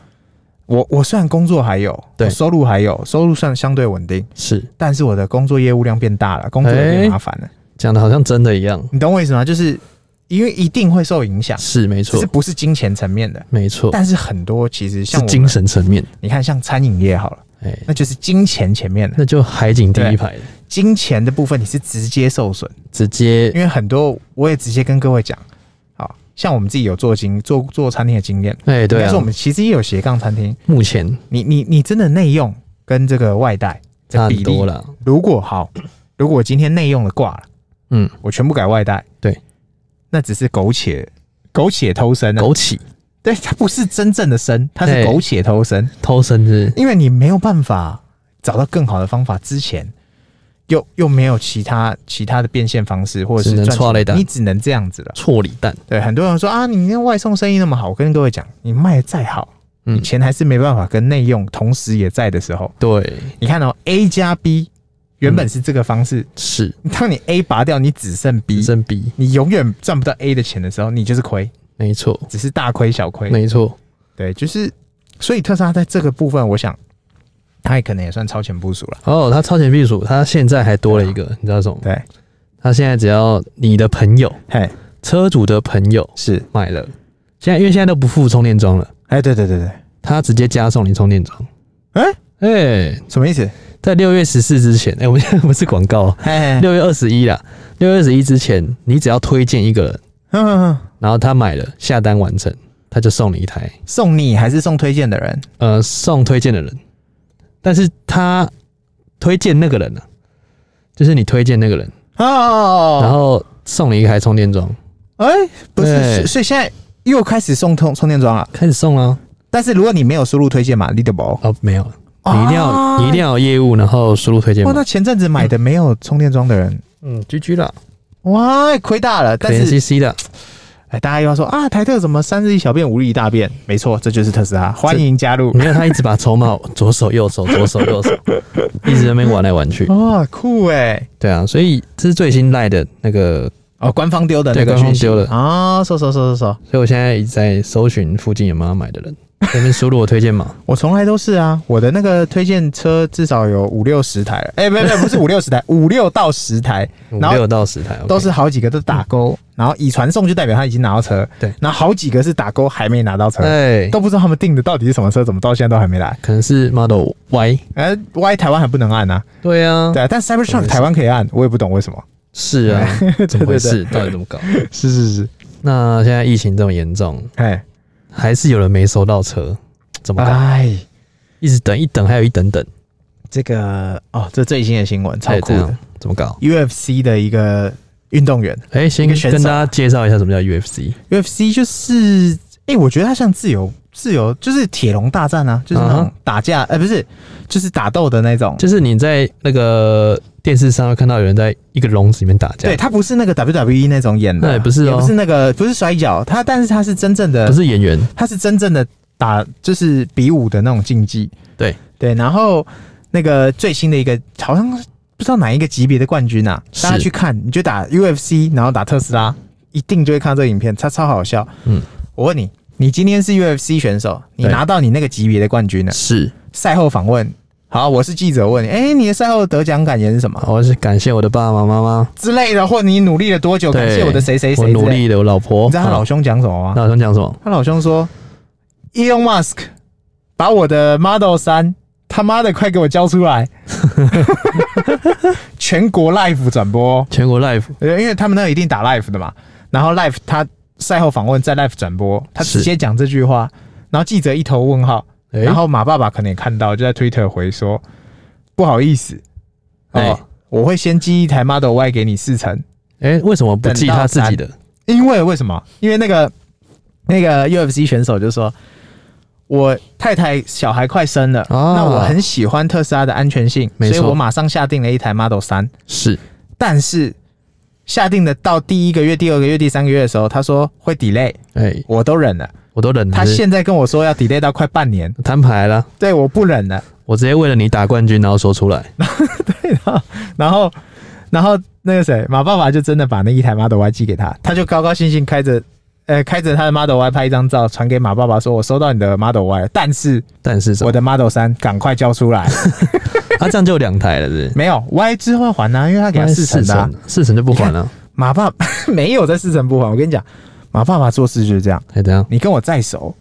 Speaker 1: 我我虽然工作还有，
Speaker 2: 对
Speaker 1: 我收入还有，收入算相对稳定，
Speaker 2: 是
Speaker 1: 但是我的工作业务量变大了，工作也
Speaker 2: 哎
Speaker 1: 变麻烦了。
Speaker 2: 讲的好像真的一样，
Speaker 1: 你懂我意思吗？就是因为一定会受影响，
Speaker 2: 是没
Speaker 1: 只
Speaker 2: 错
Speaker 1: 是，不是金钱层面的，
Speaker 2: 没错，
Speaker 1: 但是很多其实像
Speaker 2: 是
Speaker 1: 我
Speaker 2: 精
Speaker 1: 们，
Speaker 2: 神层面。
Speaker 1: 你看像餐饮业好了，
Speaker 2: 哎，
Speaker 1: 那就是金钱前面的，
Speaker 2: 那就海景第一排的，
Speaker 1: 金钱的部分你是直接受损。
Speaker 2: 直接
Speaker 1: 因为很多我也直接跟各位讲，好像我们自己有做经做做餐厅的经验，
Speaker 2: 哎对
Speaker 1: 但
Speaker 2: 啊
Speaker 1: 是我，们其实也有斜杠餐厅，
Speaker 2: 目前
Speaker 1: 你你你真的内用跟这个外带
Speaker 2: 差
Speaker 1: 这
Speaker 2: 很
Speaker 1: 比例
Speaker 2: 多，了。
Speaker 1: 如果好， *clears throat* 如果我今天内用的挂了，
Speaker 2: 嗯，
Speaker 1: 我全部改外带，
Speaker 2: 对，
Speaker 1: 那只是苟且苟且偷生啊，
Speaker 2: 枸杞
Speaker 1: 对，它不是真正的生，它是
Speaker 2: 对
Speaker 1: 苟且偷生，
Speaker 2: 偷生日，
Speaker 1: 因为你没有办法找到更好的方法之前。又又没有其他其他的变现方式，或者
Speaker 2: 只
Speaker 1: 是
Speaker 2: 能
Speaker 1: 赚
Speaker 2: 错
Speaker 1: 钱
Speaker 2: 雷达
Speaker 1: 你只能这样子了。
Speaker 2: 错礼蛋，
Speaker 1: 对，很多人说啊，你那外送生意那么好，我跟各位讲，你卖的再好，你
Speaker 2: 嗯，
Speaker 1: 钱还是没办法跟内用同时也在的时候，
Speaker 2: 对，
Speaker 1: 你看哦，A 加 B 原本是这个方式，
Speaker 2: 是
Speaker 1: 当你 A 拔掉，你只剩 B，
Speaker 2: 只剩 B，
Speaker 1: 你永远赚不到 A 的钱的时候，你就是亏，
Speaker 2: 没错，
Speaker 1: 只是大亏小亏。
Speaker 2: 没错，
Speaker 1: 对，就是所以特斯拉在这个部分，我想它也可能也算超前部署了。
Speaker 2: 哦，他超前避暑，他现在还多了一个，你知道什么吗？
Speaker 1: 对，啊
Speaker 2: 他现在只要你的朋友，
Speaker 1: 嘿，
Speaker 2: 车主的朋友
Speaker 1: 是，
Speaker 2: 买了，现在因为现在都不附充电桩了，
Speaker 1: 哎，对对对对，
Speaker 2: 他直接加送你充电桩。
Speaker 1: 哎
Speaker 2: 哎、
Speaker 1: 什么意思？
Speaker 2: 在六月十四之前，哎、我们现在不是广告、啊，
Speaker 1: 嘿嘿，
Speaker 2: 六月二十一啦，六月二十一之前，你只要推荐一个人，
Speaker 1: 嗯嗯嗯，
Speaker 2: 然后他买了，下单完成，他就送你一台，
Speaker 1: 送你还是送推荐的人？
Speaker 2: 呃，送推荐的人，但是他推荐那个人呢、啊就是你推荐那个人，
Speaker 1: 哦，
Speaker 2: 然后送你一台充电桩，
Speaker 1: 哎、不
Speaker 2: 对
Speaker 1: 是，所以所以现在又开始送充充电桩了。
Speaker 2: 开始送啊，
Speaker 1: 但是如果你没有输入推荐码，你的不？
Speaker 2: 哦，没有，你一定要、
Speaker 1: 啊
Speaker 2: 你一定要有业务，然后输入推荐
Speaker 1: 哇，哦
Speaker 2: 码
Speaker 1: 那，前阵子买的没有充电桩的人，
Speaker 2: 嗯，G G 啦，
Speaker 1: 哇，亏大了。但
Speaker 2: 可能
Speaker 1: 是
Speaker 2: C C 的，
Speaker 1: 哎，大家又要说啊，台特怎么三日一小便，五日一大便？没错，这就是特斯拉，欢迎加入。
Speaker 2: 没有，他一直把筹码 *laughs* 左手右手左手
Speaker 1: *laughs*
Speaker 2: 右手，一直在那边玩来玩去，
Speaker 1: 哇，酷哎、
Speaker 2: 对啊，所以这是最新赖的那个，
Speaker 1: 哦，官方丢的那
Speaker 2: 对
Speaker 1: 个
Speaker 2: 官方
Speaker 1: 讯息
Speaker 2: 丢的
Speaker 1: 啊，收收收收收，
Speaker 2: 所以我现在一直在搜寻附近有没有要买的人，在那边输入我推荐码，
Speaker 1: 我从来都是啊，我的那个推荐车至少有五六十台了，哎、没没不是五六
Speaker 2: *laughs*
Speaker 1: 十台，五六到十台，*laughs*
Speaker 2: 五
Speaker 1: 然后
Speaker 2: 六到十台，OK 嗯
Speaker 1: 都是好几个都打勾，然后已传送就代表他已经拿到车，
Speaker 2: 对
Speaker 1: 然后好几个是打勾还没拿到车，
Speaker 2: 哎，
Speaker 1: 都不知道他们订的到底是什么车，怎么到现在都还没来。
Speaker 2: 可能是 Model Y，
Speaker 1: 呃，Y 台湾还不能按啊，
Speaker 2: 对啊，
Speaker 1: 对啊，但 Cybertruck 台湾可以按，我也不懂为什么。
Speaker 2: 是
Speaker 1: *laughs*
Speaker 2: 啊，怎么回事？到底怎么搞？
Speaker 1: 是是是，
Speaker 2: 那现在疫情这么严重，
Speaker 1: 哎，
Speaker 2: 还是有人没收到车，怎么办？
Speaker 1: 哎，
Speaker 2: 一直等一等，还有一等等，
Speaker 1: 这个哦，这最新的新闻超
Speaker 2: 哎
Speaker 1: 酷
Speaker 2: 这
Speaker 1: 的
Speaker 2: 样怎么搞？
Speaker 1: ，UFC 的一个运动员
Speaker 2: 哎、先
Speaker 1: 一个选手
Speaker 2: 跟大家介绍一下什么叫 UFC。
Speaker 1: ，UFC 就是，哎，我觉得他像自由自由，就是铁笼大战啊，就是那
Speaker 2: 嗯
Speaker 1: 种
Speaker 2: 哼
Speaker 1: 打架，呃，不是，就是打斗的那种。
Speaker 2: 就是你在那个电视上会看到有人在一个笼子里面打架，
Speaker 1: 对，他不是那个 WWE 那种演的，
Speaker 2: 那也不是
Speaker 1: 也
Speaker 2: 哦
Speaker 1: 不是那个，不是摔跤，他但是他是真正的，
Speaker 2: 不是演员，
Speaker 1: 他是真正的打就是比武的那种竞技。
Speaker 2: 对
Speaker 1: 对，然后那个最新的一个好像是不知道哪一个级别的冠军啊，
Speaker 2: 是
Speaker 1: 大家去看，你就打 UFC，然后打特斯拉，一定就会看到这个影片，它超好笑。
Speaker 2: 嗯，
Speaker 1: 我问你，你今天是 UFC 选手，你
Speaker 2: 对
Speaker 1: 拿到你那个级别的冠军了，
Speaker 2: 是。
Speaker 1: 赛后访问。好，我是记者问你，哎、你的赛后得奖感言是什么
Speaker 2: 我是感谢我的爸爸妈妈，
Speaker 1: 之类的，或你努力了多久？
Speaker 2: 对
Speaker 1: 感谢我的谁谁谁
Speaker 2: 我
Speaker 1: 之类的。
Speaker 2: 努力的我老婆，
Speaker 1: 你知道他
Speaker 2: 啊
Speaker 1: 老兄讲什么吗？
Speaker 2: 那我想讲什么？
Speaker 1: 他老兄说，Elon Musk 把我的 Model 三他妈的快给我交出来， *laughs* 全国 live 转播，
Speaker 2: 全国 live
Speaker 1: 呃因为他们那一定打 live 的嘛，然后 live 他赛后访问再 live 转播，他直接讲这句话，然后记者一头问号，
Speaker 2: 哎
Speaker 1: 然后马爸爸可能也看到，就在 Twitter 回说，不好意思，哦，
Speaker 2: 哎
Speaker 1: 我会先寄一台 Model Y 给你四成。
Speaker 2: 哎、为什么不记他自己的？
Speaker 1: 因为为什么？因为那个那个 UFC 选手就说，我太太小孩快生了，
Speaker 2: 啊
Speaker 1: 那我很喜欢特斯拉的安全性，所
Speaker 2: 没
Speaker 1: 以
Speaker 2: 错
Speaker 1: 我马上下定了一台 Model 三。
Speaker 2: 是
Speaker 1: 但是下定的到第一个月、第二个月、第三个月的时候，他说会 delay，
Speaker 2: 哎、
Speaker 1: 我都忍了。
Speaker 2: 我都忍了。
Speaker 1: 他现在跟我说要 delay 到快半年，
Speaker 2: 摊牌了，
Speaker 1: 对，我不忍了。
Speaker 2: 我直接为了你打冠军，然后说
Speaker 1: *laughs*
Speaker 2: 出来。
Speaker 1: 然后，然后那个谁，马爸爸就真的把那一台 Model Y 寄给他，他就高高兴兴开着，呃，开着他的 Model Y 拍一张照，传给马爸爸说：“我收到你的 Model Y，了但是
Speaker 2: 但是什
Speaker 1: 我
Speaker 2: 么？
Speaker 1: 的 Model 三赶快交出
Speaker 2: *laughs*
Speaker 1: 来。
Speaker 2: 啊，这样就有两台了，
Speaker 1: *laughs*
Speaker 2: 是不是？
Speaker 1: 没有 Y 之后还啊，因为他给他四成的啊、
Speaker 2: 四成就不还了、
Speaker 1: 马爸 *laughs* 没有在四成不还，我跟你讲，马爸爸做事就是这样，
Speaker 2: 哎、怎样？
Speaker 1: 你跟我再熟，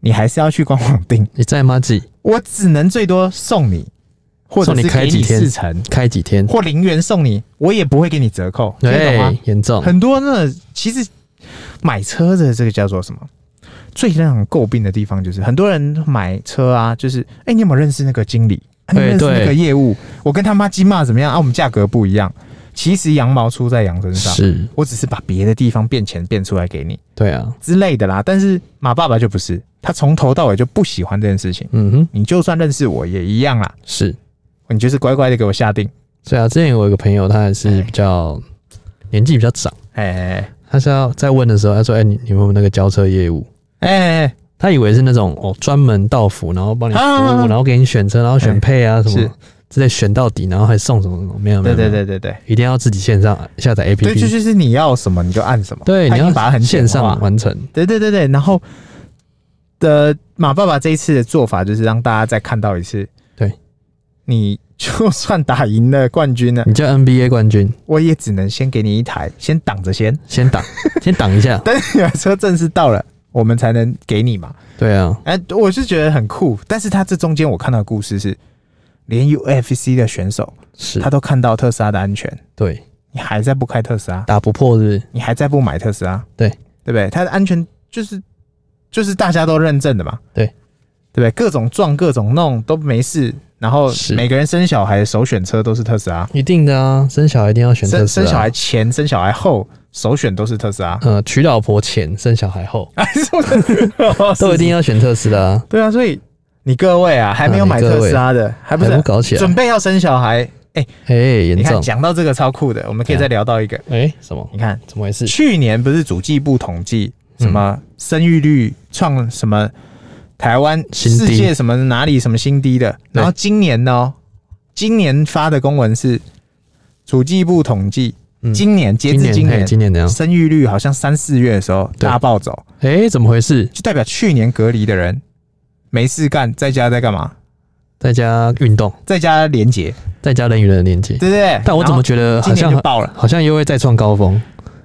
Speaker 1: 你还是要去官网订，
Speaker 2: 你在吗？几
Speaker 1: 我只能最多送你，或者
Speaker 2: 送
Speaker 1: 是
Speaker 2: 你开
Speaker 1: 给
Speaker 2: 几
Speaker 1: 你
Speaker 2: 天
Speaker 1: 四成
Speaker 2: 开几天？
Speaker 1: 或零元送你，我也不会给你折扣，听得懂吗？
Speaker 2: 哎，严重。
Speaker 1: 很多那其实买车的这个叫做什么？最让人诟病的地方就是，很多人买车啊，就是哎、你有没有认识那个经理？啊、你有没有认识
Speaker 2: 哎对
Speaker 1: 那个业务？我跟他妈鸡骂怎么样啊？我们价格不一样。其实羊毛出在羊身上，
Speaker 2: 是，
Speaker 1: 我只是把别的地方变钱变出来给你
Speaker 2: 对啊，
Speaker 1: 之类的啦。但是马爸爸就不是，他从头到尾就不喜欢这件事情。
Speaker 2: 嗯哼，
Speaker 1: 你就算认识我也一样啦，
Speaker 2: 是。
Speaker 1: 你就是乖乖的给我下定。
Speaker 2: 对啊，之前我有个朋友，他也是比较年纪比较长，
Speaker 1: 哎
Speaker 2: 他是要在问的时候，他说：“哎、你你们有没有那个交车业务
Speaker 1: 哎哎，？”
Speaker 2: 他以为是那种哦，专门到府，然后帮你服务，
Speaker 1: 啊啊啊
Speaker 2: 然后给你选车，然后选配啊什
Speaker 1: 是
Speaker 2: 么之类，选到底，然后还送什么什么，没有没
Speaker 1: 对
Speaker 2: 有，没
Speaker 1: 对
Speaker 2: 有，
Speaker 1: 对对对。
Speaker 2: 一定要自己线上下载 APP，
Speaker 1: 对，就就是你要什么你就按什么，
Speaker 2: 对
Speaker 1: 他
Speaker 2: 你
Speaker 1: 已经
Speaker 2: 要
Speaker 1: 把它很
Speaker 2: 线
Speaker 1: 简化
Speaker 2: 上完成，
Speaker 1: 对对对对，然后的马爸爸这一次的做法就是让大家再看到一次，
Speaker 2: 对，
Speaker 1: 你就算打赢了冠军呢， *laughs*
Speaker 2: 你叫 NBA 冠军，
Speaker 1: 我也只能先给你一台，先挡着先， *laughs*
Speaker 2: 先挡，先挡一下。
Speaker 1: 等你的车正式到了，我们才能给你嘛。
Speaker 2: 对啊，
Speaker 1: 哎、我是觉得很酷，但是他这中间我看到的故事是，连 UFC 的选手
Speaker 2: 是
Speaker 1: 他，都看到特斯拉的安全，
Speaker 2: 对，
Speaker 1: 你还在不开特斯拉，
Speaker 2: 打不破是不是？
Speaker 1: 你还在不买特斯拉，
Speaker 2: 对
Speaker 1: 对不对？它的安全就是就是大家都认证的嘛，
Speaker 2: 对
Speaker 1: 对不对？各种撞、各种弄都没事，然后
Speaker 2: 是
Speaker 1: 每个人生小孩首选车都是特斯拉，
Speaker 2: 一定的啊，生小孩一定要选特
Speaker 1: 生
Speaker 2: 斯
Speaker 1: 生
Speaker 2: 拉。
Speaker 1: 小孩，前、生小孩后首选都是特斯拉，
Speaker 2: *laughs* 呃，娶老婆前，生小孩后，
Speaker 1: 哎，是不是？
Speaker 2: 都一定要选特斯拉啊，
Speaker 1: 对啊，所以你各位啊，还没有
Speaker 2: 啊你
Speaker 1: 买
Speaker 2: 各
Speaker 1: 特
Speaker 2: 位
Speaker 1: 斯拉的，啊还不是
Speaker 2: 还不搞起来
Speaker 1: 准备要生小孩？哎、
Speaker 2: 哎、严
Speaker 1: 你看
Speaker 2: 重，
Speaker 1: 讲到这个超酷的，我们可以
Speaker 2: 对啊
Speaker 1: 再聊到一个，
Speaker 2: 哎、什么
Speaker 1: 你看。
Speaker 2: 怎么回事？
Speaker 1: 去年不是主计部统计
Speaker 2: 嗯
Speaker 1: 什么生育率创什么台湾
Speaker 2: 新低
Speaker 1: 世界什么哪里什么新低的，然后今年呢、哦，今年发的公文是主计部统计，
Speaker 2: 嗯
Speaker 1: 今年截至今
Speaker 2: 嘿
Speaker 1: 年
Speaker 2: 今年怎样？
Speaker 1: 生育率好像三四月的时候
Speaker 2: 对
Speaker 1: 大暴走，
Speaker 2: 哎、怎么回事？
Speaker 1: 就代表去年隔离的人没事干，在家在干嘛？
Speaker 2: 在家运动，
Speaker 1: 在家连结，
Speaker 2: 在家人与人的连接。
Speaker 1: 对不对？
Speaker 2: 但我怎么觉得
Speaker 1: 然后今
Speaker 2: 好
Speaker 1: 年就
Speaker 2: 像
Speaker 1: 爆了？
Speaker 2: 好像又会再创高峰？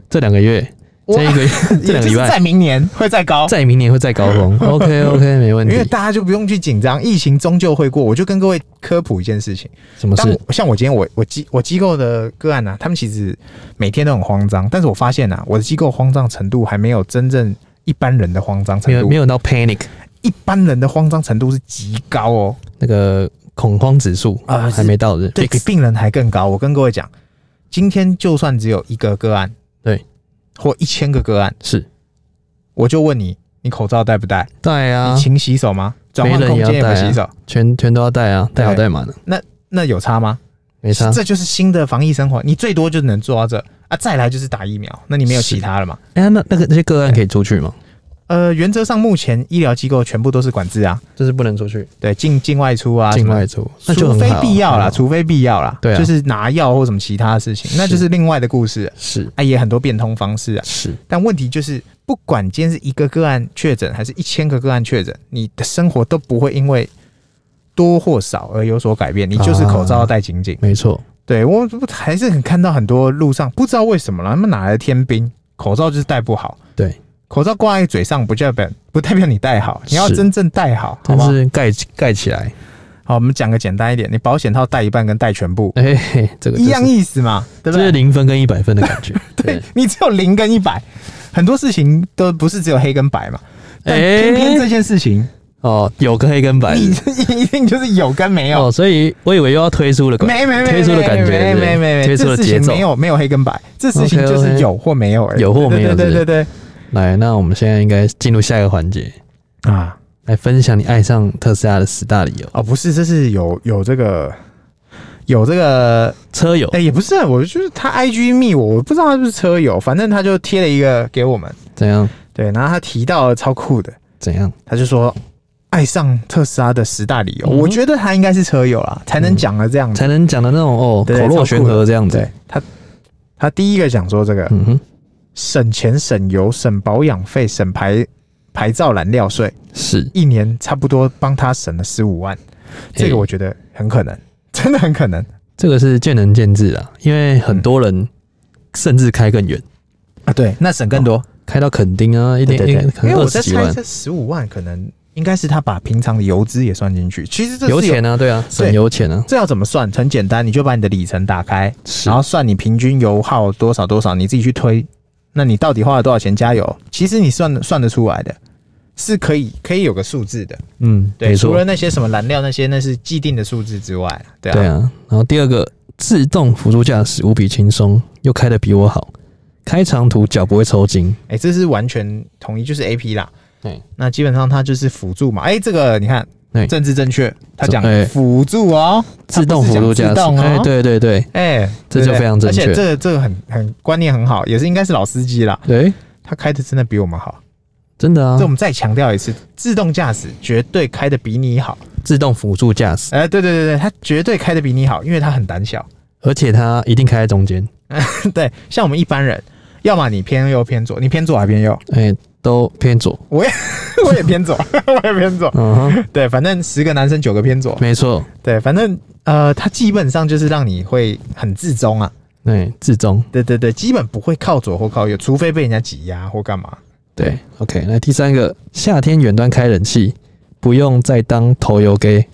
Speaker 2: 这两个月，
Speaker 1: 我
Speaker 2: 这一个月，
Speaker 1: *laughs*
Speaker 2: 这
Speaker 1: 也就
Speaker 2: 两个
Speaker 1: 是
Speaker 2: 礼拜
Speaker 1: 在，明年会再高，
Speaker 2: 在明年会再高
Speaker 1: *laughs*
Speaker 2: 峰。OK OK，没问
Speaker 1: 因为
Speaker 2: 题。
Speaker 1: 大家就不用去紧张，疫情终究会过。我就跟各位科普一件事情：，
Speaker 2: 什么
Speaker 1: 当
Speaker 2: 事？
Speaker 1: 我像我今天我我机我机构的个案啊，他们其实每天都很慌张，但是我发现啊，我的机构慌张程度还没有真正一般人的慌张
Speaker 2: 没
Speaker 1: 程
Speaker 2: 有
Speaker 1: 度，
Speaker 2: 没有到 panic
Speaker 1: 一般人的慌张程度是极高哦，
Speaker 2: 那个恐慌指数
Speaker 1: 啊
Speaker 2: 还没到的。
Speaker 1: 对，比病人还更高。我跟各位讲，今天就算只有一个个案，
Speaker 2: 对，
Speaker 1: 或一千个个案，
Speaker 2: 是，
Speaker 1: 我就问你，你口罩戴不戴？
Speaker 2: 对啊
Speaker 1: 你，勤洗手吗？转换
Speaker 2: 没人
Speaker 1: 空
Speaker 2: 也要
Speaker 1: 间有没有
Speaker 2: 戴啊
Speaker 1: 洗手？
Speaker 2: 全全都要戴啊，戴好戴满了，
Speaker 1: 那有差吗？
Speaker 2: 没差。
Speaker 1: 这就是新的防疫生活，你最多就能做到这啊，再来就是打疫苗，那你没有
Speaker 2: 是
Speaker 1: 其他了嘛？
Speaker 2: 哎、那那个那些个案可以出去吗？
Speaker 1: 呃，原则上目前医疗机构全部都是管制啊，
Speaker 2: 就是不能出去，
Speaker 1: 对，进境外出啊，
Speaker 2: 境
Speaker 1: 什么
Speaker 2: 外出，那就
Speaker 1: 除
Speaker 2: 很
Speaker 1: 非
Speaker 2: 好啊
Speaker 1: 必要啦，
Speaker 2: 很好
Speaker 1: 除非必要啦，
Speaker 2: 对啊
Speaker 1: 就是拿药或什么其他的事情，那就是另外的故事，
Speaker 2: 是
Speaker 1: 啊，也很多变通方式啊。
Speaker 2: 是，
Speaker 1: 但问题就是，不管今天是一个个案确诊，还是一千个个案确诊，你的生活都不会因为多或少而有所改变，你
Speaker 2: 啊
Speaker 1: 就是口罩要戴紧紧。
Speaker 2: 没错，
Speaker 1: 对我我还是很看到很多路上不知道为什么了，他们哪来的天兵？口罩就是戴不好，
Speaker 2: 对，
Speaker 1: 口罩挂在嘴上不代表不代表你戴好，你要
Speaker 2: 是
Speaker 1: 真正戴好，好
Speaker 2: 但
Speaker 1: 不好？
Speaker 2: 是盖盖起来， *laughs*
Speaker 1: 好，我们讲个简单一点，你保险套戴一半跟戴全部
Speaker 2: 哎、嘿，这个、就是、
Speaker 1: 一样意思嘛，对不
Speaker 2: 这是
Speaker 1: 对？
Speaker 2: 零分跟一百分的感觉，
Speaker 1: *laughs* 对，你只有零跟一百，很多事情都不是只有黑跟白嘛。但
Speaker 2: 哎
Speaker 1: 偏偏这件事情， *laughs*
Speaker 2: 哦，有跟黑跟白
Speaker 1: 你一定就是有跟没有，
Speaker 2: 哦，所以我以为又要推出了，
Speaker 1: 没没没
Speaker 2: 哦推出的感觉，
Speaker 1: 没
Speaker 2: 对不对
Speaker 1: 没没没，
Speaker 2: 推出
Speaker 1: 这
Speaker 2: 了
Speaker 1: 事
Speaker 2: 节
Speaker 1: 情
Speaker 2: 奏
Speaker 1: 没。有没有黑跟白，这事情就是
Speaker 2: OK，OK
Speaker 1: 有或没有而已，
Speaker 2: 有或没
Speaker 1: 对对
Speaker 2: 有是不
Speaker 1: 对
Speaker 2: 是
Speaker 1: 对
Speaker 2: 来，那我们现在应该进入下一个环节，
Speaker 1: 对啊。
Speaker 2: 来分享你爱上特斯拉的十大理由。
Speaker 1: 哦，不是，这是有有这个有这个，
Speaker 2: 车友
Speaker 1: 哎、也不是，我就是他 IG 密我，我不知道他是不是车友，反正他就贴了一个给我们，
Speaker 2: 怎样
Speaker 1: 对，然后他提到了超酷的，
Speaker 2: 怎样？
Speaker 1: 他就说爱上特斯拉的十大理由，
Speaker 2: 嗯
Speaker 1: 我觉得他应该是车友啦，才能讲了这样子。
Speaker 2: 才能讲的那种哦，
Speaker 1: 嗯对
Speaker 2: 口若悬河这样子
Speaker 1: 对。他，他第一个讲说这个、
Speaker 2: 嗯哼，
Speaker 1: 省钱、省油、省保养费、省牌牌照燃料税，
Speaker 2: 是
Speaker 1: 一年差不多帮他省了十五万，这个
Speaker 2: 哎
Speaker 1: 我觉得很可能，真的很可能
Speaker 2: 这个是见仁见智啦，因为很多人甚至开更远，哦
Speaker 1: 啊。对，嗯那省更多。
Speaker 2: 开到垦丁啊，一
Speaker 1: 对
Speaker 2: 点
Speaker 1: 对
Speaker 2: 一
Speaker 1: 对，
Speaker 2: 可
Speaker 1: 因为
Speaker 2: 能
Speaker 1: 我
Speaker 2: 二
Speaker 1: 在
Speaker 2: 十几
Speaker 1: 猜
Speaker 2: 万，
Speaker 1: 这十五万可能应该是他把平常的油资也算进去，其实这是
Speaker 2: 油钱啊，对啊，省油钱啊，
Speaker 1: 这要怎么算？很简单，你就把你的里程打开，
Speaker 2: 是
Speaker 1: 然后算你平均油耗多少多少，你自己去推，那你到底花了多少钱加油？其实你算算得出来的，是可以可以有个数字的。
Speaker 2: 嗯，
Speaker 1: 对，
Speaker 2: 没
Speaker 1: 除
Speaker 2: 错
Speaker 1: 了，那些什么燃料那些，那是既定的数字之外，对啊，
Speaker 2: 对啊。然后第二个，自动辅助驾驶无比轻松，又开的比我好，开长途脚不会抽筋，
Speaker 1: 哎、这是完全统一，就是 A P 啦。
Speaker 2: 对，
Speaker 1: 那基本上它就是辅助嘛。哎、这个你看
Speaker 2: 对，
Speaker 1: 政治正确，他讲
Speaker 2: 哎
Speaker 1: 辅助哦，它
Speaker 2: 自动
Speaker 1: 不是讲
Speaker 2: 辅助驾
Speaker 1: 自
Speaker 2: 驶，
Speaker 1: 动哦
Speaker 2: 哎，对对对
Speaker 1: 哎、
Speaker 2: 这
Speaker 1: 对不
Speaker 2: 就
Speaker 1: 对
Speaker 2: 非常正确
Speaker 1: 而且这个这个很很观念很好，也是应该是老司机啦。
Speaker 2: 对，
Speaker 1: 他开的真的比我们好，
Speaker 2: 真的啊
Speaker 1: 这我，们再强调一次，自动驾驶绝对开的比你好。
Speaker 2: 自动辅助驾驶，
Speaker 1: 哎、对对对对，他绝对开的比你好，因为他很胆小。 *laughs*
Speaker 2: 而且它一定开在中间，
Speaker 1: 对，像我们一般人，要么你偏右偏左，你偏左还偏右， *laughs*
Speaker 2: 哎，都偏左，
Speaker 1: 我也偏左， *laughs* 我也偏左。
Speaker 2: 嗯哼，
Speaker 1: 对，反正十个男生九个偏左。
Speaker 2: 没错，
Speaker 1: 对，反正呃，他基本上就是让你会很自中啊。
Speaker 2: 哎，至中。
Speaker 1: 对对对，基本不会靠左或靠右，除非被人家挤压或干嘛。
Speaker 2: 对，OK，那第三个，夏天远端开冷气，不用再当头油给，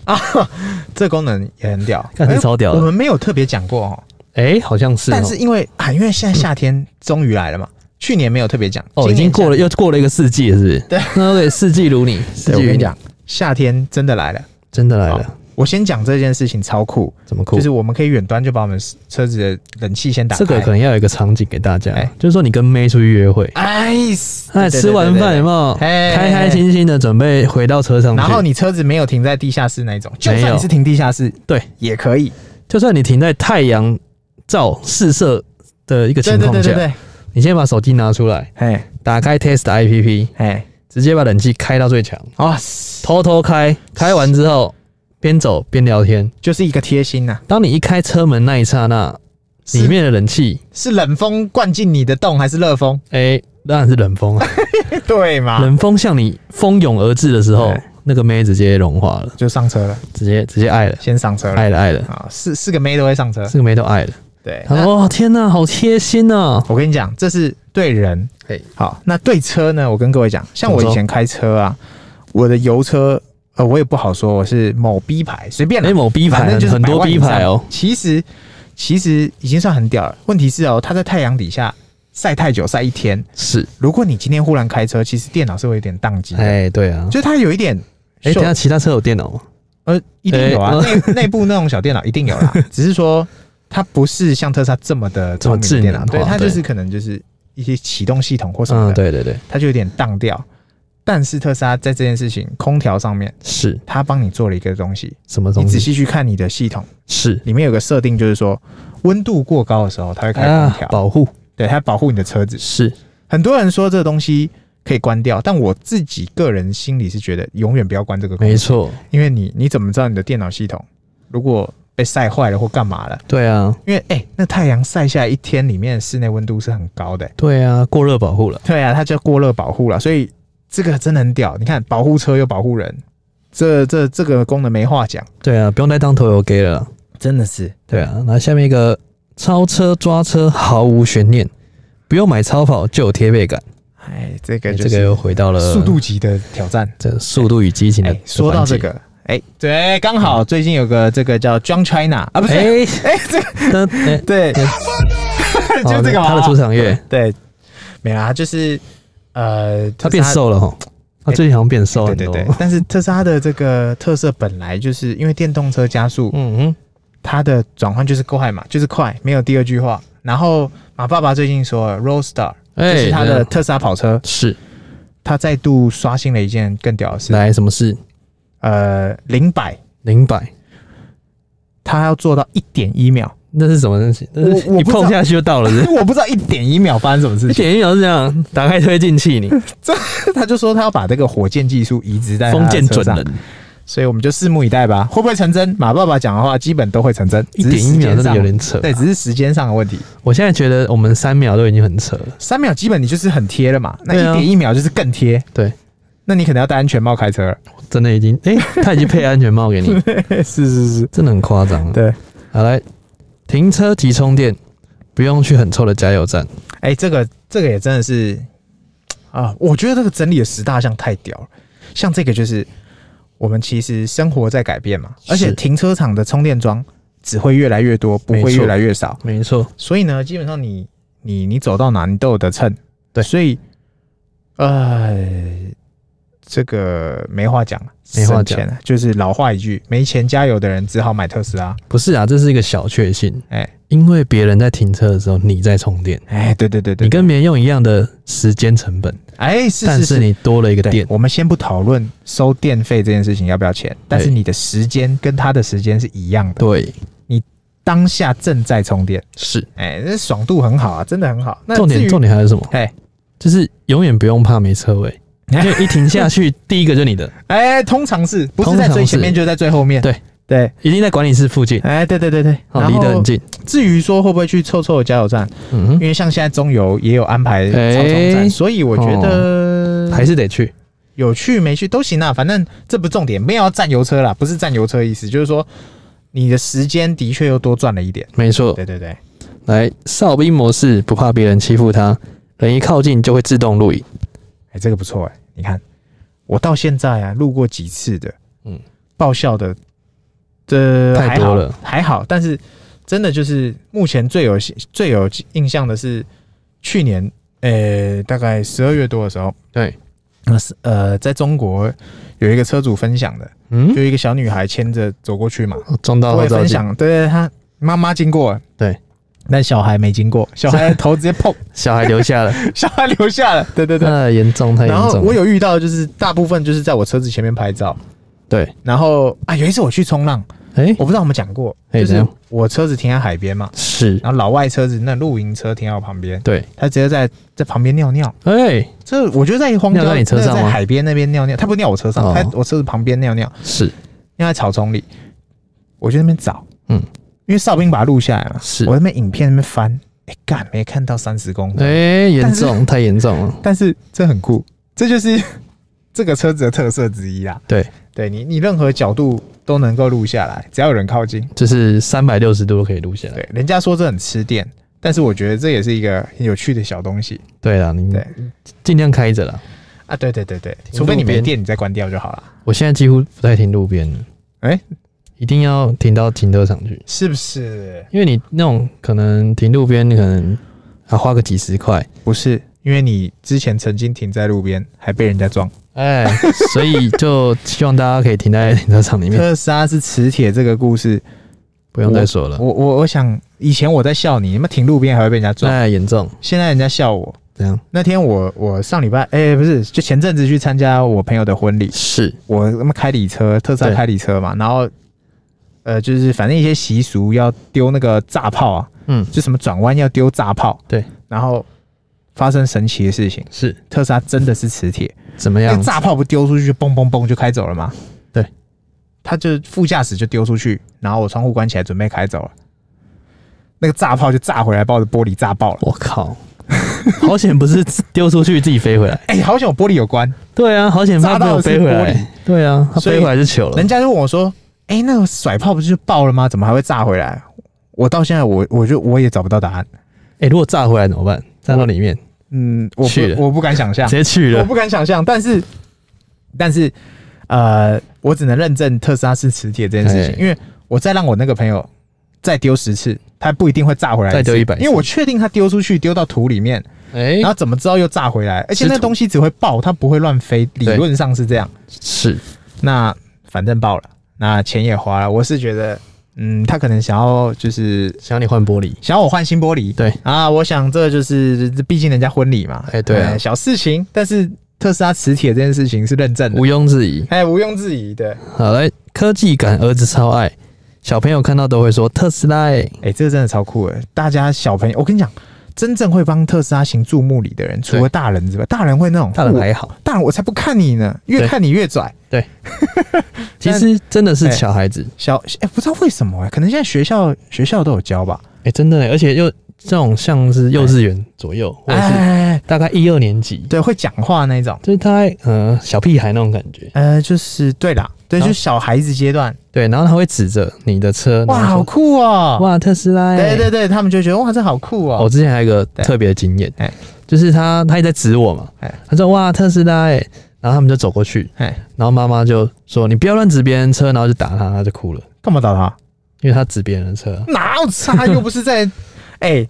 Speaker 1: 这功能也很屌，哎
Speaker 2: 看是超屌
Speaker 1: 我
Speaker 2: 的。
Speaker 1: 们没有特别讲过哦，
Speaker 2: 哎、好像是、哦，
Speaker 1: 但是因为啊，因为现在夏天终于来了嘛，去年没有特别讲
Speaker 2: 哦，已经过
Speaker 1: 了。
Speaker 2: 了又过了一个世纪了，是不是？对，那对，四季如你，四
Speaker 1: 对，
Speaker 2: 季
Speaker 1: 我
Speaker 2: 如
Speaker 1: 跟你，
Speaker 2: 你
Speaker 1: 讲，夏天真的来了，
Speaker 2: 真的来
Speaker 1: 好
Speaker 2: 了，
Speaker 1: 我先讲这件事情超酷，
Speaker 2: 怎么哭？
Speaker 1: 就是我们可以远端就把我们车子的冷气先打开。
Speaker 2: 这个可能要有一个场景给大家
Speaker 1: 哎，
Speaker 2: 就是说你跟妹出去约会，
Speaker 1: 哎，
Speaker 2: 哎，
Speaker 1: 对
Speaker 2: 吃完饭有没？
Speaker 1: 对对对对哎
Speaker 2: 有开开心心的准备回到车上
Speaker 1: 对
Speaker 2: 去？
Speaker 1: 然后你车子没有停在地下室那一种，就
Speaker 2: 没
Speaker 1: 算
Speaker 2: 有
Speaker 1: 你是停地下室
Speaker 2: 对，
Speaker 1: 也可以。
Speaker 2: 就算你停在太阳照四射的一个
Speaker 1: 对
Speaker 2: 情
Speaker 1: 对
Speaker 2: 况
Speaker 1: 对对
Speaker 2: 下，
Speaker 1: 对，
Speaker 2: 你先把手机拿出来，
Speaker 1: 哎
Speaker 2: 打开 Test APP，
Speaker 1: 哎，
Speaker 2: 直接把冷气开到最强，
Speaker 1: 哦，
Speaker 2: 偷偷开，开完之后边走边聊天。
Speaker 1: 就是一个贴心呐、
Speaker 2: 当你一开车门那一刹那，
Speaker 1: 是
Speaker 2: 里面的冷气，
Speaker 1: 是冷风灌进你的洞还是热风？ *laughs*
Speaker 2: 哎、当然是冷风啊，
Speaker 1: 对嘛，
Speaker 2: 冷风向你蜂拥而至的时候
Speaker 1: 哎，
Speaker 2: 那个妹直接融化了，
Speaker 1: 就上车了，
Speaker 2: 直接直接爱了，
Speaker 1: 先上车了。
Speaker 2: 爱了爱了，
Speaker 1: 啊，四四个妹都会上车。
Speaker 2: 这个妹都爱了。
Speaker 1: 对，
Speaker 2: 他
Speaker 1: 哎那
Speaker 2: 说：“哦，天哪，好贴心啊呐、
Speaker 1: 我跟你讲，这是对人，
Speaker 2: 嘿，
Speaker 1: 好，那对车呢？我跟各位讲，像我
Speaker 2: 怎么
Speaker 1: 以
Speaker 2: 说以
Speaker 1: 前开车啊，我的油车，呃，我也不好说我是某 B 牌，随便啦
Speaker 2: 哎，某 B
Speaker 1: 反
Speaker 2: 牌
Speaker 1: 正就是
Speaker 2: 很多
Speaker 1: 百万
Speaker 2: B
Speaker 1: 以上
Speaker 2: 牌哦，
Speaker 1: 其实其实已经算很屌了。问题是哦，它在太阳底下晒太久，晒一天，
Speaker 2: 是，
Speaker 1: 如果你今天忽然开车，其实电脑是会有点宕机的，
Speaker 2: 哎，对啊，
Speaker 1: 就它有一点。
Speaker 2: 哎，
Speaker 1: 秀
Speaker 2: 等一下其他车有电脑吗？
Speaker 1: 呃，一定有啊，
Speaker 2: 哎
Speaker 1: 内内部那种小电脑一定有
Speaker 2: *laughs*
Speaker 1: 啦，只是说它不是像特斯拉这么的
Speaker 2: 这么
Speaker 1: 聪明的电脑，
Speaker 2: 智能
Speaker 1: 对，
Speaker 2: 化
Speaker 1: 它就
Speaker 2: 对
Speaker 1: 是可能就是一些启动系统或什么
Speaker 2: 嗯，
Speaker 1: 的，
Speaker 2: 对对对，
Speaker 1: 它就有点荡掉。但是特斯拉在这件事情，空调上面，
Speaker 2: 是
Speaker 1: 它帮你做了一个东西，
Speaker 2: 什么
Speaker 1: 你
Speaker 2: 东
Speaker 1: 仔
Speaker 2: 西？
Speaker 1: 细去看你的系统
Speaker 2: 是
Speaker 1: 里面有个设定，就是说温度过高的时候，它会开空
Speaker 2: 啊
Speaker 1: 调，，
Speaker 2: 保护
Speaker 1: 对，它保护你的车子。
Speaker 2: 是
Speaker 1: 很多人说这个东西可以关掉，但我自己个人心里是觉得永远不要关这个空
Speaker 2: 没
Speaker 1: 调，
Speaker 2: 错，
Speaker 1: 因为你你怎么知道你的电脑系统如果被晒坏了或干嘛了？
Speaker 2: 对啊，
Speaker 1: 因为哎、那太阳晒下来一天里面室内温度是很高的、
Speaker 2: 对啊，过热保护了，
Speaker 1: 对啊，它叫过热保护了，所以这个真的很屌。你看，保护车又保护人，这这这个功能没话讲，
Speaker 2: 对啊，不用再当头油 gay 了啦，
Speaker 1: 真的是
Speaker 2: 对啊。那下面一个超车抓车毫无悬念，不用买超跑就有贴背感，
Speaker 1: 哎，这个
Speaker 2: 哎
Speaker 1: 就
Speaker 2: 这个
Speaker 1: 是
Speaker 2: 又回到了
Speaker 1: 速度，级的挑战。
Speaker 2: 这速度与激情的
Speaker 1: 哎，说到
Speaker 2: 环节
Speaker 1: 这个，哎、对，刚好最近有个这个叫 John China 啊，不是，
Speaker 2: 哎哎，这哎，
Speaker 1: *laughs* 对，就这个嘛
Speaker 2: 哦他的出场乐，
Speaker 1: 对，没啦，就是呃，特
Speaker 2: 他
Speaker 1: 斯
Speaker 2: 变
Speaker 1: 拉。
Speaker 2: 瘦了哈，他最近好像变
Speaker 1: 对
Speaker 2: 瘦哦很
Speaker 1: 哎对
Speaker 2: 多。
Speaker 1: 对，但是特斯拉的这个特色本来就是因为电动车加速，
Speaker 2: 嗯嗯，
Speaker 1: 它的转换就是快嘛，就是快，没有第二句话。然后马爸爸最近说了，Roadster
Speaker 2: 哎
Speaker 1: 就是他
Speaker 2: 这
Speaker 1: 的
Speaker 2: 样
Speaker 1: 特斯拉跑车，
Speaker 2: 是
Speaker 1: 它再度刷新了一件更屌的事，
Speaker 2: 来什么事？
Speaker 1: 呃，零百
Speaker 2: 零百，
Speaker 1: 它要做到一点一秒， *laughs*
Speaker 2: 那是什么东西？那是
Speaker 1: 我我
Speaker 2: *laughs* 你
Speaker 1: 不知道
Speaker 2: 碰下去就到了是不是
Speaker 1: 我不知道一点一秒发生什么事
Speaker 2: 一
Speaker 1: 情。
Speaker 2: 点一秒是这样，打开推进器，你
Speaker 1: 他就说他要把这个火箭技术移植在哎他的
Speaker 2: 封建
Speaker 1: 车
Speaker 2: 准
Speaker 1: 上，
Speaker 2: 人，
Speaker 1: 所以我们就拭目以待吧，会不会成真？马爸爸讲的话基本都会成真，
Speaker 2: 一点一秒
Speaker 1: 只是时间
Speaker 2: 真
Speaker 1: 上
Speaker 2: 的有点扯。啊
Speaker 1: 对，只是时间上的问题。
Speaker 2: 我现在觉得我们三秒都已经很扯了。
Speaker 1: 三秒基本你就是很贴了嘛，那
Speaker 2: 对
Speaker 1: 一
Speaker 2: 啊
Speaker 1: 点一秒就是更贴。
Speaker 2: 对，
Speaker 1: 那你可能要戴安全帽开
Speaker 2: *laughs*
Speaker 1: 车了。
Speaker 2: 真的已经，哎、他已经配安全帽给
Speaker 1: *laughs*
Speaker 2: 你，
Speaker 1: 是是是，
Speaker 2: 真的很夸张。
Speaker 1: 对。
Speaker 2: 好来，停车即充电，不用去很臭的加油站。
Speaker 1: 哎、这个这个也真的是啊，我觉得这个整理的十大项太屌了。像这个就是我们其实生活在改变嘛，
Speaker 2: 是
Speaker 1: 而且停车场的充电桩只会越来越多，不
Speaker 2: 没
Speaker 1: 会
Speaker 2: 错
Speaker 1: 越来越少。
Speaker 2: 没错，
Speaker 1: 所以呢，基本上你你你走到哪你都有得蹭。
Speaker 2: 对
Speaker 1: 所以呃，这个没话讲了，
Speaker 2: 没话
Speaker 1: 啊省
Speaker 2: 讲
Speaker 1: 钱了，就是老话一句，没钱加油的人只好买特斯拉。
Speaker 2: 不是啊，这是一个小确幸，
Speaker 1: 哎、
Speaker 2: 因为别人在停车的时候你在充电，
Speaker 1: 哎、对对对对，
Speaker 2: 你跟别人用一样的时间成本，
Speaker 1: 哎、是
Speaker 2: 但
Speaker 1: 是
Speaker 2: 是你多了一个
Speaker 1: 对
Speaker 2: 电，
Speaker 1: 我们先不讨论收电费这件事情要不要钱，但是你的时间跟他的时间是一样的，
Speaker 2: 对，
Speaker 1: 当下正在充电，
Speaker 2: 是。
Speaker 1: 哎、那爽度很好啊，真的很好。那
Speaker 2: 重
Speaker 1: 至
Speaker 2: 点
Speaker 1: 于
Speaker 2: 重点还是什么？
Speaker 1: 哎
Speaker 2: 就是永远不用怕没车
Speaker 1: *laughs*
Speaker 2: 位，因为一停下去，第一个就是你的，
Speaker 1: 哎、通常是不是在
Speaker 2: 通常
Speaker 1: 最
Speaker 2: 是
Speaker 1: 前面，就在最后面。
Speaker 2: 对
Speaker 1: 对，
Speaker 2: 一定在管理室附近，
Speaker 1: 哎、对对对对，
Speaker 2: 哦，
Speaker 1: 然
Speaker 2: 离得
Speaker 1: 后
Speaker 2: 很近。
Speaker 1: 至于说会不会去凑凑加油站，
Speaker 2: 嗯
Speaker 1: 因为像现在中油也有安排
Speaker 2: 哎哦
Speaker 1: 超充站，所以我觉得
Speaker 2: 哼，还是得去。
Speaker 1: 有去没去都行啦，反正这不重点，没有要占油车啦，不是占油车意思，就是说你的时间的确又多赚了一点。
Speaker 2: 没错，
Speaker 1: 对对对。
Speaker 2: 来哨兵模式，不怕别人欺负他，人一靠近就会自动录影。
Speaker 1: 哎、这个不错哎、你看我到现在啊，录过几次的，嗯
Speaker 2: 嗯，
Speaker 1: 爆笑的，这、
Speaker 2: 太多了
Speaker 1: 还好，还好，但是真的就是目前最有最有印象的是去年呃，大概十二月多的时候，
Speaker 2: 对，
Speaker 1: 那是呃，在中国有一个车主分享的，
Speaker 2: 嗯，哦
Speaker 1: 就一个小女孩牵着走过去嘛，
Speaker 2: 我撞到
Speaker 1: 我
Speaker 2: 后
Speaker 1: 也
Speaker 2: 照
Speaker 1: 分
Speaker 2: 镜，
Speaker 1: 享，对她妈妈经过了，
Speaker 2: 对，
Speaker 1: 但小孩没经过， *laughs* 小孩的头直接
Speaker 2: *laughs*
Speaker 1: 碰，
Speaker 2: 小孩留下了，
Speaker 1: 小孩留下了， *laughs* 对对对。
Speaker 2: 那严重太严
Speaker 1: 然后
Speaker 2: 重
Speaker 1: 我
Speaker 2: 了。
Speaker 1: 有遇到，就是大部分就是在我车子前面拍照，
Speaker 2: 对，
Speaker 1: 然后啊，有一次我去冲浪，
Speaker 2: 哎，
Speaker 1: 我不知道我们讲过，
Speaker 2: 哎
Speaker 1: 就
Speaker 2: 怎
Speaker 1: 是
Speaker 2: 样
Speaker 1: 我车子停在海边嘛，
Speaker 2: 是，
Speaker 1: 然后老外车子那露营车停在我旁边，
Speaker 2: 对，
Speaker 1: 他直接在在旁边尿尿，
Speaker 2: 哎，
Speaker 1: 这我觉得在荒郊，
Speaker 2: 尿在你车上吗
Speaker 1: 那个在海边那边尿尿，他不尿我车上，
Speaker 2: 哦
Speaker 1: 他我车子旁边尿尿，
Speaker 2: 是
Speaker 1: 尿在草丛里，我就在那边找，
Speaker 2: 嗯，
Speaker 1: 因为哨兵把它录下来嘛，
Speaker 2: 是
Speaker 1: 我在那边影片那边翻，哎、干没看到三十公分，
Speaker 2: 哎，严
Speaker 1: 但是
Speaker 2: 重太严重了。
Speaker 1: 但是这很酷，这就是这个车子的特色之一啦，
Speaker 2: 对，
Speaker 1: 对你你任何角度都能够录下来，只要有人靠近，
Speaker 2: 就是三百六十度都可以录下来。
Speaker 1: 对，人家说这很吃电。但是我觉得这也是一个很有趣的小东西
Speaker 2: 对啦，你
Speaker 1: 对
Speaker 2: 尽量开着啦。
Speaker 1: 啊！对对对对，
Speaker 2: 停
Speaker 1: 除非你
Speaker 2: 路
Speaker 1: 没
Speaker 2: 边
Speaker 1: 电，你再关掉就好了。
Speaker 2: 我现在几乎不太停路边了，
Speaker 1: 哎
Speaker 2: 一定要停到停车场去，
Speaker 1: 是不是？
Speaker 2: 因为你那种可能停路边，你可能还花个几十块，
Speaker 1: 不是，因为你之前曾经停在路边，还被人家撞。
Speaker 2: 哎，所以就希望大家可以停在停车场里面，
Speaker 1: 特斯拉是磁铁这个故事，
Speaker 2: 不用再说了，
Speaker 1: 我我我想，以前我在笑你，你们停路边还会被人家撞，
Speaker 2: 哎，严重
Speaker 1: 现在人家笑我。
Speaker 2: 怎样？
Speaker 1: 那天我我上礼拜，哎、不是，就前阵子去参加我朋友的婚礼，
Speaker 2: 是
Speaker 1: 我他妈开礼车，特斯拉
Speaker 2: 对
Speaker 1: 开礼车嘛，然后。呃，就是反正一些习俗要丢那个炸炮啊，
Speaker 2: 嗯
Speaker 1: 就什么转弯要丢炸炮，
Speaker 2: 对，
Speaker 1: 然后发生神奇的事情，
Speaker 2: 是
Speaker 1: 特斯拉真的是磁铁，
Speaker 2: 怎么
Speaker 1: 那
Speaker 2: 样
Speaker 1: 哎个？炸炮不丢出去，嘣嘣嘣就开走了吗？
Speaker 2: 对，
Speaker 1: 他就副驾驶就丢出去，然后我窗户关起来准备开走了，那个炸炮就炸回来，把我的玻璃炸爆了。
Speaker 2: 我靠， *laughs* 好险不是丢出去自己飞回来，
Speaker 1: 哎、好险我玻璃有关，
Speaker 2: 对啊，好险它没有飞回
Speaker 1: 炸到的是玻
Speaker 2: 来，对啊，它
Speaker 1: 所以
Speaker 2: 飞回来就糗了
Speaker 1: 人，家就问我说：“哎、那个甩炮不是就爆了吗？怎么还会炸回来？”我到现在我我就我也找不到答案。
Speaker 2: 哎，如果炸回来怎么办？炸到里面
Speaker 1: 嗯，我
Speaker 2: 去了
Speaker 1: 不我不敢想象
Speaker 2: 直，接去
Speaker 1: 我
Speaker 2: 了，
Speaker 1: 不敢想象。但是但是呃，我只能认证特斯拉是磁铁这件事情，
Speaker 2: 哎
Speaker 1: 因为我再让我那个朋友再丢十次，他不一定会炸回来次，
Speaker 2: 再丢100次
Speaker 1: 因为我确定他丢出去丢到土里面，
Speaker 2: 哎
Speaker 1: 然，后怎么知道又炸回来？而且
Speaker 2: 是
Speaker 1: 那
Speaker 2: 土
Speaker 1: 东西只会爆，它不会乱飞，理
Speaker 2: 对
Speaker 1: 论上是这样。
Speaker 2: 是
Speaker 1: 那反正爆了，那钱也花了，我是觉得，嗯，他可能想要就是
Speaker 2: 想你换玻璃，
Speaker 1: 想要我换新玻璃，
Speaker 2: 对
Speaker 1: 啊，我想这就是毕竟人家婚礼嘛，
Speaker 2: 哎对啊
Speaker 1: 小事情，但是特斯拉磁铁这件事情是认证的
Speaker 2: 毋，庸置疑。
Speaker 1: 哎，毋庸置疑的，
Speaker 2: 好来，科技感儿子超爱，小朋友看到都会说特斯拉、欸。
Speaker 1: 哎、这个真的超酷哎！大家小朋友，我跟你讲，真正会帮特斯拉行注目礼的人，除了大人之外，大人会那种，
Speaker 2: 大人
Speaker 1: 我
Speaker 2: 还好，
Speaker 1: 大人我才不看你呢，越
Speaker 2: 对
Speaker 1: 看你越拽。
Speaker 2: 其实真的是小孩子，
Speaker 1: 小哎、不知道为什么哎、可能现在学校学校都有教吧，
Speaker 2: 哎、真的、欸，而且又这种像是幼稚园左右，或者是
Speaker 1: 哎，
Speaker 2: 大概一二年级，
Speaker 1: 对，会讲话那种，
Speaker 2: 就是他呃小屁孩那种感觉。
Speaker 1: 呃，就是对啦，对，
Speaker 2: 然
Speaker 1: 就
Speaker 2: 后
Speaker 1: 是小孩子阶段，
Speaker 2: 对，然后他会指着你的车，
Speaker 1: 哇，
Speaker 2: 然后
Speaker 1: 好
Speaker 2: 说
Speaker 1: 酷哦、
Speaker 2: 哇特斯拉、欸。哎
Speaker 1: 对对对，他们就觉得哇，这好酷哦、
Speaker 2: 我之前还有一个特别的经验
Speaker 1: 哎，
Speaker 2: 就是他他一直在指我嘛
Speaker 1: 哎，
Speaker 2: 他说哇特斯拉、欸，然后他们就走过去，
Speaker 1: 哎，
Speaker 2: 然后妈妈就说你不要乱指别人车，然后就打他，他就哭了，
Speaker 1: 干嘛打他？
Speaker 2: 因为他指别人的车啊。
Speaker 1: 哪有差？又不是 *laughs* 在，哎、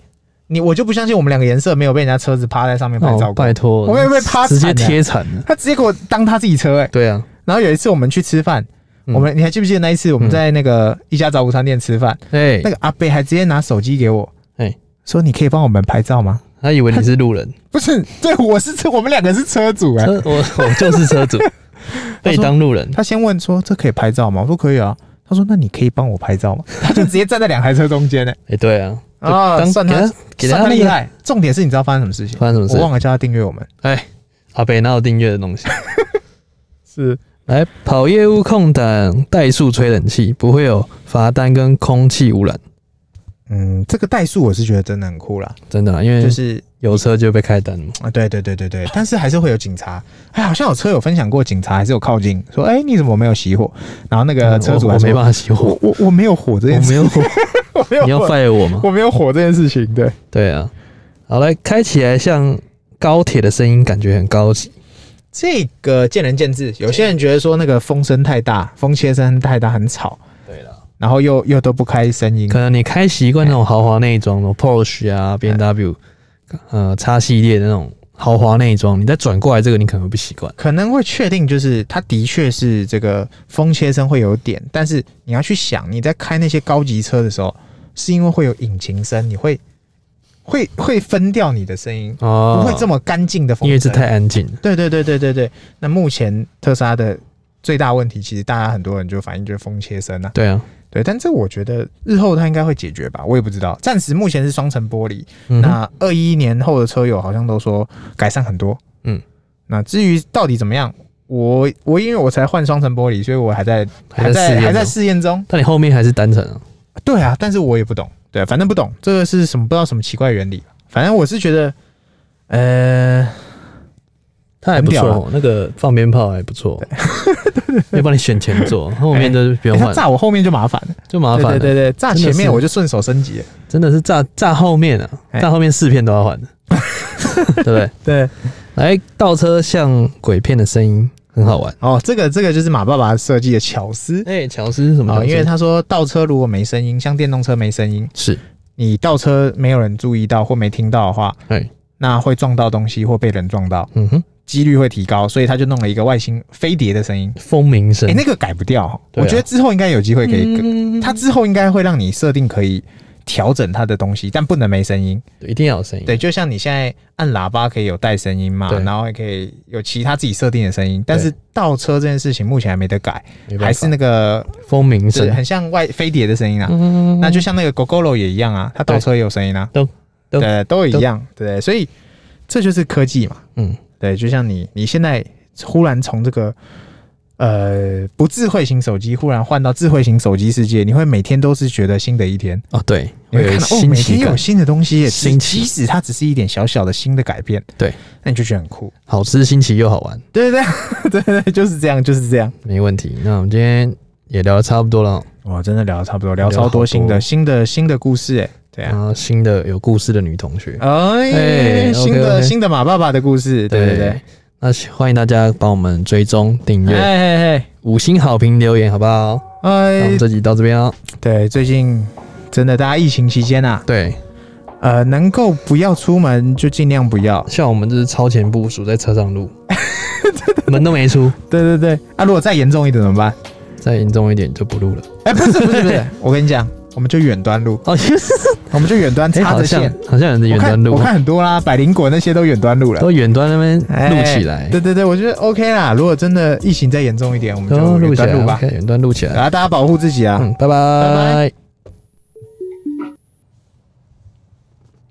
Speaker 1: 你我就不相信我们两个颜色没有被人家车子趴在上面拍照过。
Speaker 2: 哦、拜托，
Speaker 1: 我们也被趴
Speaker 2: 直
Speaker 1: 惨
Speaker 2: 接
Speaker 1: 了
Speaker 2: 贴惨了。
Speaker 1: 他直接给我当他自己车哎、
Speaker 2: 对啊，
Speaker 1: 然后有一次我们去吃饭，
Speaker 2: 嗯
Speaker 1: 我们你还记不记得那一次我们在那个一家早午餐店吃饭，
Speaker 2: 哎、
Speaker 1: 那个阿贝还直接拿手机给我，
Speaker 2: 哎
Speaker 1: 说你可以帮我们拍照吗？
Speaker 2: 他以为你是路人，
Speaker 1: 不是，对，我是车，我们两个是车主哎、
Speaker 2: 车我我就是车 *laughs* 主，被当路人，
Speaker 1: 他先问说这可以拍照吗？我说可以啊。他说那你可以帮我拍照吗？他就直接站在两台车中 *laughs* 间哎、
Speaker 2: 哎、对啊，就
Speaker 1: 啊
Speaker 2: 当
Speaker 1: 算
Speaker 2: 给
Speaker 1: 他
Speaker 2: 他给
Speaker 1: 算他
Speaker 2: 那
Speaker 1: 厉
Speaker 2: 个，
Speaker 1: 害。重点是你知道发生什么事情？
Speaker 2: 发生什么事
Speaker 1: 我忘了叫他订阅我们。
Speaker 2: 哎、阿北哪有订阅的 *laughs* 东西？
Speaker 1: 是
Speaker 2: 来跑业务空档，怠速吹冷气，不会有罚单跟空气污染，
Speaker 1: 嗯，这个代数我是觉得真的很酷啦，
Speaker 2: 真的啊、因为
Speaker 1: 就是
Speaker 2: 有车就被开单了嘛。
Speaker 1: 啊，对对对对 *laughs* 对，但是还是会有警察。哎，好像有车友分享过，警察还是有靠近，说，哎，你怎么没有熄火？然后那个车主
Speaker 2: 嗯我
Speaker 1: 还
Speaker 2: 我
Speaker 1: 说
Speaker 2: 没办法熄火，
Speaker 1: 我我我没有火这
Speaker 2: 我
Speaker 1: 件事，*laughs*
Speaker 2: 没有火，
Speaker 1: 我没有
Speaker 2: 你要
Speaker 1: 火，
Speaker 2: fire 我吗？
Speaker 1: 我没有火这件事情，对，
Speaker 2: 对啊，好来开起来像高铁的声音，感觉很高级。
Speaker 1: 这个见仁见智。有些人觉得说那个风声太大，风切声太大，很吵，
Speaker 2: 对了。
Speaker 1: 然后又又都不开声音哎
Speaker 2: 可。能你开习惯那种豪华内装，什么 Porsche 啊、B M W，呃叉系列的那种豪华内装，你再转过来这个，你可能会不习惯。
Speaker 1: 可能会确定，就是它的确是这个风切声会有点，但是你要去想，你在开那些高级车的时候，是因为会有引擎声，你会会会分掉你的声音，
Speaker 2: 哦
Speaker 1: 不会这么干净的风声。
Speaker 2: 因为这太安静了。
Speaker 1: 对对对对对对。那目前特斯拉的最大问题，其实大家很多人就反映就是风切声啊，
Speaker 2: 对啊，
Speaker 1: 对，但这我觉得日后它应该会解决吧，我也不知道。暂时目前是双层玻璃，
Speaker 2: 嗯哼，
Speaker 1: 那二一年后的车友好像都说改善很多，
Speaker 2: 嗯，
Speaker 1: 那至于到底怎么样，我我因为我才换双层玻璃，所以我还在
Speaker 2: 还在
Speaker 1: 在
Speaker 2: 试验
Speaker 1: 还在
Speaker 2: 中
Speaker 1: 试验中。
Speaker 2: 但你后面还是单程啊。
Speaker 1: 对啊，但是我也不懂，对，反正不懂这个是什么，不知道什么奇怪原理。啊反正我是觉得，呃，
Speaker 2: 它还
Speaker 1: 很
Speaker 2: 不
Speaker 1: 屌啊
Speaker 2: 错，那个放鞭炮还不错，要帮你选前座，后面就是不
Speaker 1: 欸、
Speaker 2: 用
Speaker 1: 他
Speaker 2: 换，
Speaker 1: 炸我后面就麻烦了，
Speaker 2: 就麻
Speaker 1: 对
Speaker 2: 烦
Speaker 1: 对对
Speaker 2: 了。
Speaker 1: 对，炸
Speaker 2: 真的
Speaker 1: 前面
Speaker 2: 是
Speaker 1: 我就顺手升级了，
Speaker 2: 真的是炸炸后面啊，
Speaker 1: 哎
Speaker 2: 炸后面四片都要换
Speaker 1: *laughs*
Speaker 2: 的，对不对？
Speaker 1: 对，
Speaker 2: 来倒车像鬼片的声音很好玩。
Speaker 1: 哦，这个这个就是马爸爸设计的巧思
Speaker 2: 哎，乔斯是什么
Speaker 1: 啊、
Speaker 2: 巧
Speaker 1: 哦
Speaker 2: 思？
Speaker 1: 因为他说倒车如果没声音，像电动车没声音，
Speaker 2: 是
Speaker 1: 你倒车没有人注意到或没听到的话，
Speaker 2: 哎，
Speaker 1: 那会撞到东西或被人撞到，
Speaker 2: 嗯哼，
Speaker 1: 几率会提高，所以他就弄了一个外星飞碟的声音。
Speaker 2: 风鸣声
Speaker 1: 哎、，那个改不掉，
Speaker 2: 对啊
Speaker 1: 我觉得之后应该有机会可以，
Speaker 2: 嗯
Speaker 1: 它之后应该会让你设定可以调整它的东西，但不能没声音。
Speaker 2: 一定要有声音。
Speaker 1: 对，就像你现在按喇叭可以有带声音嘛
Speaker 2: 对，
Speaker 1: 然后也可以有其他自己设定的声音，但是倒车这件事情目前还没得改，
Speaker 2: 没办法，
Speaker 1: 还是那个
Speaker 2: 风鸣
Speaker 1: 是
Speaker 2: 声，
Speaker 1: 很像外飞碟的声音啊。
Speaker 2: 嗯
Speaker 1: 那就像那个 GoGoRo 也一样啊，它倒车也有声音啊，
Speaker 2: 咚咚
Speaker 1: 对，都一样，对，所以这就是科技嘛，
Speaker 2: 嗯，
Speaker 1: 对，就像你你现在忽然从这个呃不智慧型手机忽然换到智慧型手机世界，你会每天都是觉得新的一天，
Speaker 2: 哦，对，
Speaker 1: 你
Speaker 2: 会
Speaker 1: 会看
Speaker 2: 有
Speaker 1: 到哦，
Speaker 2: 新
Speaker 1: 每
Speaker 2: 奇
Speaker 1: 天又
Speaker 2: 感
Speaker 1: 有，新的东西耶，
Speaker 2: 新奇
Speaker 1: 即使它只是一点小小的新的改变，
Speaker 2: 对，
Speaker 1: 那你就觉得很酷，
Speaker 2: 好吃、新奇又好玩，
Speaker 1: 对 *laughs* 对对对对，就是这样，就是这样。
Speaker 2: 没问题。那我们今天也聊得差不多了哦，
Speaker 1: 哇，真的聊得差不多，聊
Speaker 2: 聊
Speaker 1: 超
Speaker 2: 好多
Speaker 1: 多新的、新的、新的故事，哎，对啊
Speaker 2: 然，后新的有故事的女同学，哎
Speaker 1: 哎，新的
Speaker 2: OK，OK
Speaker 1: 新的马爸爸的故事，对对对，。
Speaker 2: 那欢迎大家帮我们追踪、订
Speaker 1: 哎
Speaker 2: 阅、
Speaker 1: 哎
Speaker 2: 五星好评、留言，好不好？
Speaker 1: 哎，
Speaker 2: 那我
Speaker 1: 哎
Speaker 2: 们，这集到这边哦。
Speaker 1: 对，最近真的大家疫情期间啊，
Speaker 2: 对，
Speaker 1: 呃，能够不要出门就尽量不要。
Speaker 2: 像我们这是超前部署，在车上录，门都没出。
Speaker 1: 对对对，啊，如果再严重一点怎么办？
Speaker 2: 再严重一点就不录了。
Speaker 1: 哎，不是不是不是， *laughs* 我跟你讲，我们就远端录，
Speaker 2: 哦，
Speaker 1: 我们就远端 *laughs*
Speaker 2: 哎，
Speaker 1: 插
Speaker 2: 好
Speaker 1: 着
Speaker 2: 像
Speaker 1: 线。
Speaker 2: 好像有人远
Speaker 1: 我
Speaker 2: 端
Speaker 1: 看
Speaker 2: 录
Speaker 1: 我，看很多啦，百灵果那些都远端录了，
Speaker 2: 都远端那边
Speaker 1: 哎
Speaker 2: 录起来，
Speaker 1: 对对对，我觉得 OK 啦。如果真的疫情再严重一点，我们
Speaker 2: 都
Speaker 1: 就
Speaker 2: 录
Speaker 1: 远
Speaker 2: 起来
Speaker 1: 端录吧。
Speaker 2: ，OK，远端录起来。
Speaker 1: 啊，大家保护自己啊。
Speaker 2: 嗯，拜拜
Speaker 1: 拜。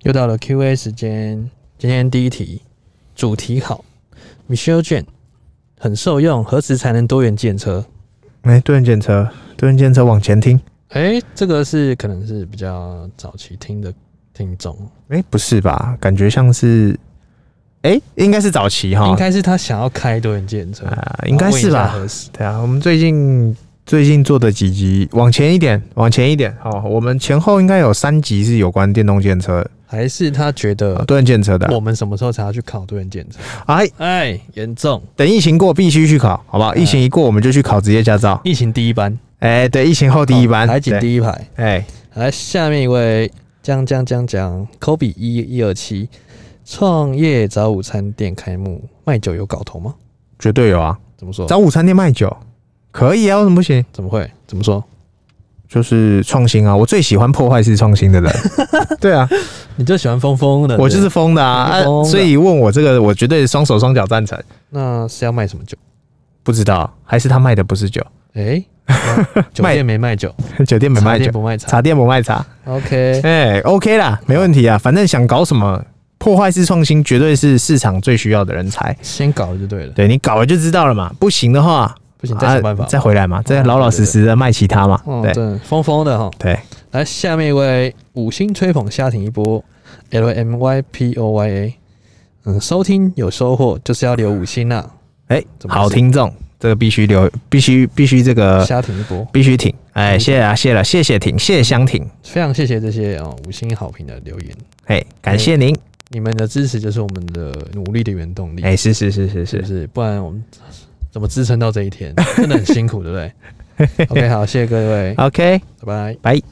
Speaker 2: 又到了 Q&A 时间，今天第一题，主题好，Michelle j a n 很受用，何时才能多元建车？
Speaker 1: 哎、多人检测，多人检测往前听。
Speaker 2: 哎、这个是可能是比较早期听的听众，
Speaker 1: 哎、不是吧？感觉像是，哎、应该是早期哈，
Speaker 2: 应该哦是他想要开多元建车，
Speaker 1: 啊、应该是
Speaker 2: 然后问
Speaker 1: 吧？
Speaker 2: 一下何时
Speaker 1: 对啊，我们最近最近做的几集，往前一点，往前一点。好，我们前后应该有三集是有关电动建车、
Speaker 2: 还是他觉
Speaker 1: 呃、
Speaker 2: 得
Speaker 1: 多人建车的
Speaker 2: 我。们什么时候才要去考多元建车？
Speaker 1: 哎，
Speaker 2: 哎，严重，
Speaker 1: 等疫情过必须去考，好不
Speaker 2: 哎
Speaker 1: 好？疫情一过我们就去考职业驾照。
Speaker 2: 疫情第一班，
Speaker 1: 哎、对，疫情后第一班，
Speaker 2: 海景
Speaker 1: 对。
Speaker 2: 第一哦排。
Speaker 1: 哎，
Speaker 2: 来，下面一位江江江江，Kobe 一一二七，创业早午餐店开幕，卖酒有搞头吗？
Speaker 1: 绝对有啊！
Speaker 2: 怎么说？
Speaker 1: 找午餐店卖酒可以啊，为什么不行？
Speaker 2: 怎么会？怎么说？
Speaker 1: 就是创新啊！我最喜欢破坏式创新的
Speaker 2: *laughs*
Speaker 1: 人。对啊，
Speaker 2: 你就喜欢疯疯的，
Speaker 1: 我就是疯的啊！
Speaker 2: 你
Speaker 1: 啊
Speaker 2: 疯的
Speaker 1: 所以问我这个，我绝对双手双脚赞成。
Speaker 2: 那是要卖什么酒？
Speaker 1: 不知道，还是他卖的不是酒？ *laughs*
Speaker 2: 哎、酒店没卖酒，
Speaker 1: 酒店没
Speaker 2: 茶
Speaker 1: 卖
Speaker 2: 店
Speaker 1: 酒，
Speaker 2: 不卖茶。
Speaker 1: 茶店不卖茶。 *laughs*
Speaker 2: OK，
Speaker 1: 哎、o k 啦，没问题啊。反正想搞什么破坏式创新，绝对是市场最需要的人才。
Speaker 2: 先搞了就对了，
Speaker 1: 对你搞了就知道了嘛，不行的话，
Speaker 2: 不行再想办法。
Speaker 1: 啊再回来嘛，再
Speaker 2: 嗯
Speaker 1: 老老实实的卖其他嘛。
Speaker 2: 哦，
Speaker 1: 对
Speaker 2: 对，哦疯疯的哈。
Speaker 1: 对，
Speaker 2: 来，下面一位五星吹捧瞎挺一波，L M Y P O Y A，嗯，收听有收获就是要留五星啊呐、
Speaker 1: 哎、
Speaker 2: 怎么
Speaker 1: 好
Speaker 2: 是
Speaker 1: 听众，这个必须留，必须必须这个
Speaker 2: 瞎挺一波。
Speaker 1: 必须挺。哎、谢了谢了，谢谢挺，谢谢香挺。
Speaker 2: 非常谢谢这些哦五星好评的留言，
Speaker 1: 哎、感谢您。
Speaker 2: 你们的支持就是我们的努力的原动力，
Speaker 1: 哎、是是是是
Speaker 2: 是
Speaker 1: 是，
Speaker 2: 不是？不然我们怎么支撑到这一天？真的很辛苦，对不对？OK，好，谢谢各位，
Speaker 1: OK，
Speaker 2: 拜拜。
Speaker 1: 拜。